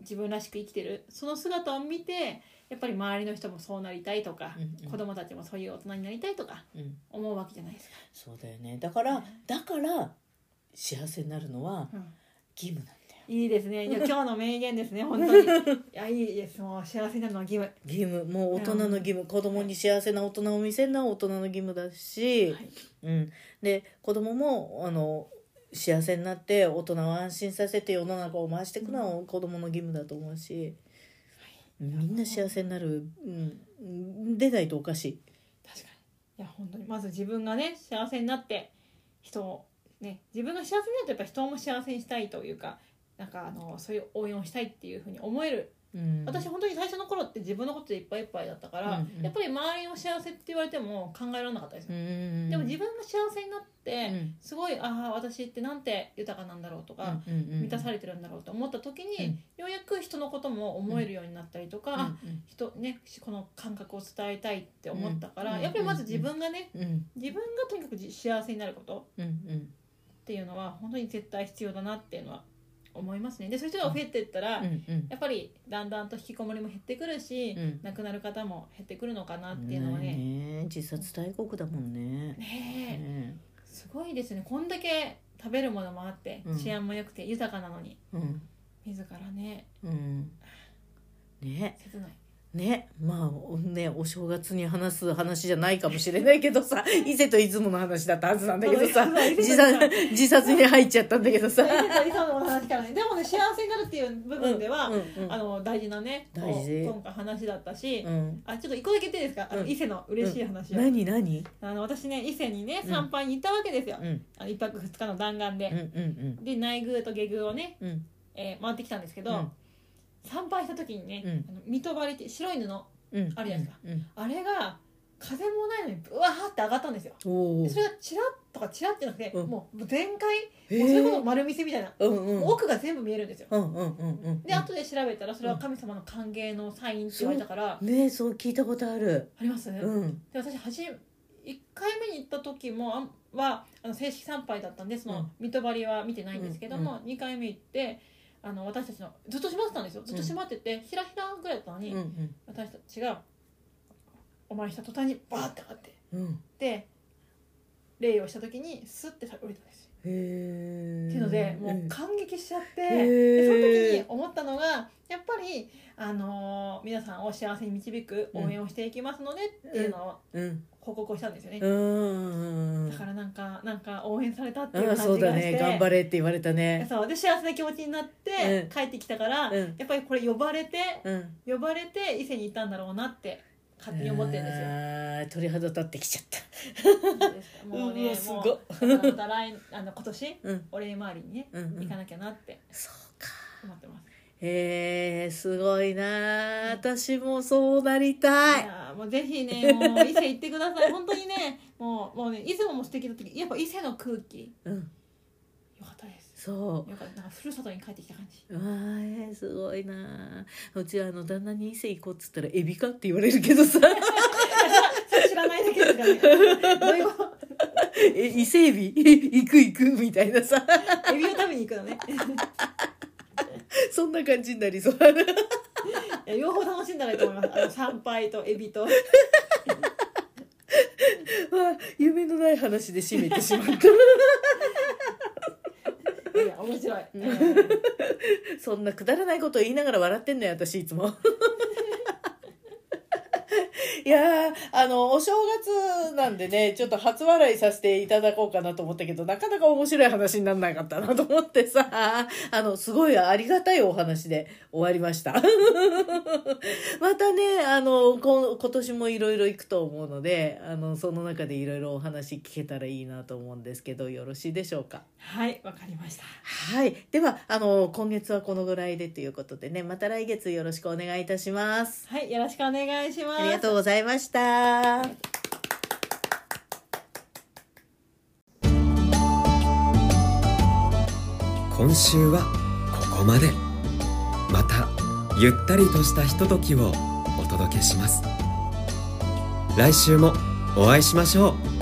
[SPEAKER 3] 自分らしく生きてるその姿を見てやっぱり周りの人もそうなりたいとか、
[SPEAKER 2] うんうん
[SPEAKER 3] 子供たちもそういう大人になりたいとか
[SPEAKER 2] うん。うん。
[SPEAKER 3] 思うわけじゃないですか。
[SPEAKER 2] そうだよね。だから、だから、幸せになるのは
[SPEAKER 3] うん
[SPEAKER 2] 義務なんだよ。
[SPEAKER 3] いいです ね。いや今日の名言ですね。本当に。いやいいです。もう幸せになるのは義務。は
[SPEAKER 2] 義務もう大人の義務子供に幸せな大人を見せるのは大人の義務だし、
[SPEAKER 3] い。
[SPEAKER 2] うん、で子供もあの幸せになって大人を安心させて世の中を回していくのは子供の義務だと思うし、みんな幸せになる、うん、でないとおかしい。
[SPEAKER 3] 確かに。いや本当にまず自分がね幸せになって人をね自分が幸せになるとやっぱ人も幸せにしたいというか。なんかあのそういう応援をしたいっていうふうに思える、
[SPEAKER 2] うん、
[SPEAKER 3] 私本当に最初の頃って自分のことでいっぱいいっぱいだったから、
[SPEAKER 2] うんうん
[SPEAKER 3] やっぱり周りを幸せって言われても考えられなかったですよ、
[SPEAKER 2] うん
[SPEAKER 3] でも自分が幸せになって、
[SPEAKER 2] うん
[SPEAKER 3] すごいああ私ってなんて豊かなんだろうとか、満たさ
[SPEAKER 2] れ
[SPEAKER 3] れてるんだろうと思った時に、
[SPEAKER 2] うん
[SPEAKER 3] ようやく人のことも思えるようになったりとか、
[SPEAKER 2] た
[SPEAKER 3] あ人ね、この感覚を伝えたいって思ったから、
[SPEAKER 2] うん
[SPEAKER 3] やっぱりまず自分がね
[SPEAKER 2] うんうん
[SPEAKER 3] 自分がとにかくじ幸せになること
[SPEAKER 2] うんうん
[SPEAKER 3] っていうのは本当に絶対必要だなっていうのは思いますね。でそういう人が増えていったら、
[SPEAKER 2] うんうん
[SPEAKER 3] やっぱりだんだんと引きこもりも減ってくるし、
[SPEAKER 2] うん
[SPEAKER 3] 亡くなる方も減ってくるのかなっていうのはね。
[SPEAKER 2] ね自殺大国だもんね。
[SPEAKER 3] ねえ
[SPEAKER 2] ね
[SPEAKER 3] すごいですねこんだけ食べるものもあって
[SPEAKER 2] うん
[SPEAKER 3] 治安も良くて豊かなのに
[SPEAKER 2] うん
[SPEAKER 3] 自らね
[SPEAKER 2] うんね
[SPEAKER 3] 切ない。
[SPEAKER 2] ねまあおねお正月に話す話じゃないかもしれないけど さ伊勢と出雲の話だったはずなんだけどさ
[SPEAKER 3] そうそう
[SPEAKER 2] 自殺自殺に入っちゃったんだけど さ。
[SPEAKER 3] 理想の話からねでもね幸せになるっていう部分では、
[SPEAKER 2] うんうん
[SPEAKER 3] あの大事なねこう
[SPEAKER 2] 大事
[SPEAKER 3] 今回話だったし、
[SPEAKER 2] うん
[SPEAKER 3] あちょっと一個だけ言っていいですか、あの
[SPEAKER 2] うん
[SPEAKER 3] 伊勢の嬉しい話を、
[SPEAKER 2] 何何
[SPEAKER 3] あの私ね伊勢にね
[SPEAKER 2] うん
[SPEAKER 3] 参拝に行ったわけですよ、
[SPEAKER 2] うんうん
[SPEAKER 3] あの一泊二日の弾丸
[SPEAKER 2] うん
[SPEAKER 3] で、
[SPEAKER 2] うん
[SPEAKER 3] で内宮と下宮をね、
[SPEAKER 2] うん
[SPEAKER 3] えー回ってきたんですけど、
[SPEAKER 2] うん
[SPEAKER 3] 参拝した時にね、
[SPEAKER 2] うん
[SPEAKER 3] あの水戸張りって白い布
[SPEAKER 2] うん
[SPEAKER 3] あるやつだ
[SPEAKER 2] うん
[SPEAKER 3] あれが風もないのにブワーって上がったんですよ
[SPEAKER 2] おお
[SPEAKER 3] でそれがチラッとかチラッてなくて、
[SPEAKER 2] うん
[SPEAKER 3] もう全開、
[SPEAKER 2] へ
[SPEAKER 3] もうそれこ
[SPEAKER 2] え
[SPEAKER 3] そ丸見せみたいな、
[SPEAKER 2] うんうん
[SPEAKER 3] 奥が全部見えるんですよ
[SPEAKER 2] うんうんうんうん
[SPEAKER 3] で後で調べたらそれは神様の歓迎のサインって言われたから、
[SPEAKER 2] ねそう聞いたことある
[SPEAKER 3] あります、で
[SPEAKER 2] うん
[SPEAKER 3] 私初め1回目に行った時もあんはあの正式参拝だったんでその、
[SPEAKER 2] うん
[SPEAKER 3] 水戸張りは見てないんですけども、
[SPEAKER 2] う
[SPEAKER 3] 2回目行ってあの私たちのずっと閉まってたんですよずっと閉まってて、ひらひらぐらいだったのに、
[SPEAKER 2] うん
[SPEAKER 3] 私たちがお参りした途端にバーって上がって
[SPEAKER 2] うんうん
[SPEAKER 3] で礼をした時にスッて降りたんですよ、
[SPEAKER 2] へえ
[SPEAKER 3] っていうのでもう感激しちゃって、
[SPEAKER 2] へー
[SPEAKER 3] でその時に思ったのがやっぱり、あのー皆さんを幸せに導く応援をしていきますのでっていうのを
[SPEAKER 2] うん
[SPEAKER 3] 報告をしたんですよね、
[SPEAKER 2] うん
[SPEAKER 3] だからなんかなんか応援されたっていう
[SPEAKER 2] あ
[SPEAKER 3] 感
[SPEAKER 2] あそう
[SPEAKER 3] じがして
[SPEAKER 2] だね頑張れって言われたね
[SPEAKER 3] そうで幸せな気持ちになって、
[SPEAKER 2] うん
[SPEAKER 3] 帰ってきたから、
[SPEAKER 2] うん
[SPEAKER 3] やっぱりこれ呼ばれて、
[SPEAKER 2] うん
[SPEAKER 3] 呼ばれて伊勢に行ったんだろうなって勝手に思ってるんですよ。
[SPEAKER 2] あー鳥肌立ってきちゃった
[SPEAKER 3] もう
[SPEAKER 2] う
[SPEAKER 3] ね
[SPEAKER 2] わすご
[SPEAKER 3] も
[SPEAKER 2] いう
[SPEAKER 3] また来あの今年
[SPEAKER 2] うん
[SPEAKER 3] お礼回りにね、
[SPEAKER 2] うんうん
[SPEAKER 3] 行かなきゃなって
[SPEAKER 2] そうか
[SPEAKER 3] 思ってます。
[SPEAKER 2] へえすごいな私もそうなりた
[SPEAKER 3] い
[SPEAKER 2] い
[SPEAKER 3] やーもうぜ ひねもう伊勢行ってください本当にねもうもうね出雲も素敵だったけどやっぱ伊勢の空気
[SPEAKER 2] うん
[SPEAKER 3] よかったです。
[SPEAKER 2] そう
[SPEAKER 3] よかったなんかふるさとに帰ってきた感じ。
[SPEAKER 2] わーすごいなうちはあの旦那に伊勢行こうっつったらエビかって言われるけど さ
[SPEAKER 3] それ知らないだけですからね。どういうこと
[SPEAKER 2] え伊勢エビ 行く行くみたいなさ
[SPEAKER 3] エビを食べに行くのね。
[SPEAKER 2] そんな感じになりそう
[SPEAKER 3] いや両方楽しんだらいいと思います。あの参拝とエビと。
[SPEAKER 2] わあ夢のない話で締めてしまった
[SPEAKER 3] いや面白い。
[SPEAKER 2] ん そんなくだらないことを言いながら笑ってんのよ私いつも いやーあのお正月なんでねちょっと初笑いさせていただこうかなと思ったけどなかなか面白い話にならなかったなと思ってさ あのすごいありがたいお話で終わりました またねあのこ今年もいろいろ行くと思うのであのその中でいろいろお話聞けたらいいなと思うんですけどよろしいでしょうか
[SPEAKER 3] はい、わかりました。
[SPEAKER 2] はい。では、あの、今月はこのぐらいでということでね、また来月よろしくお願いいたします。
[SPEAKER 3] はい、よろしくお願いします。
[SPEAKER 2] ありがとうございました。
[SPEAKER 1] 今週はここまでまたゆったりとしたひとときをお届けします来週もお会いしましょう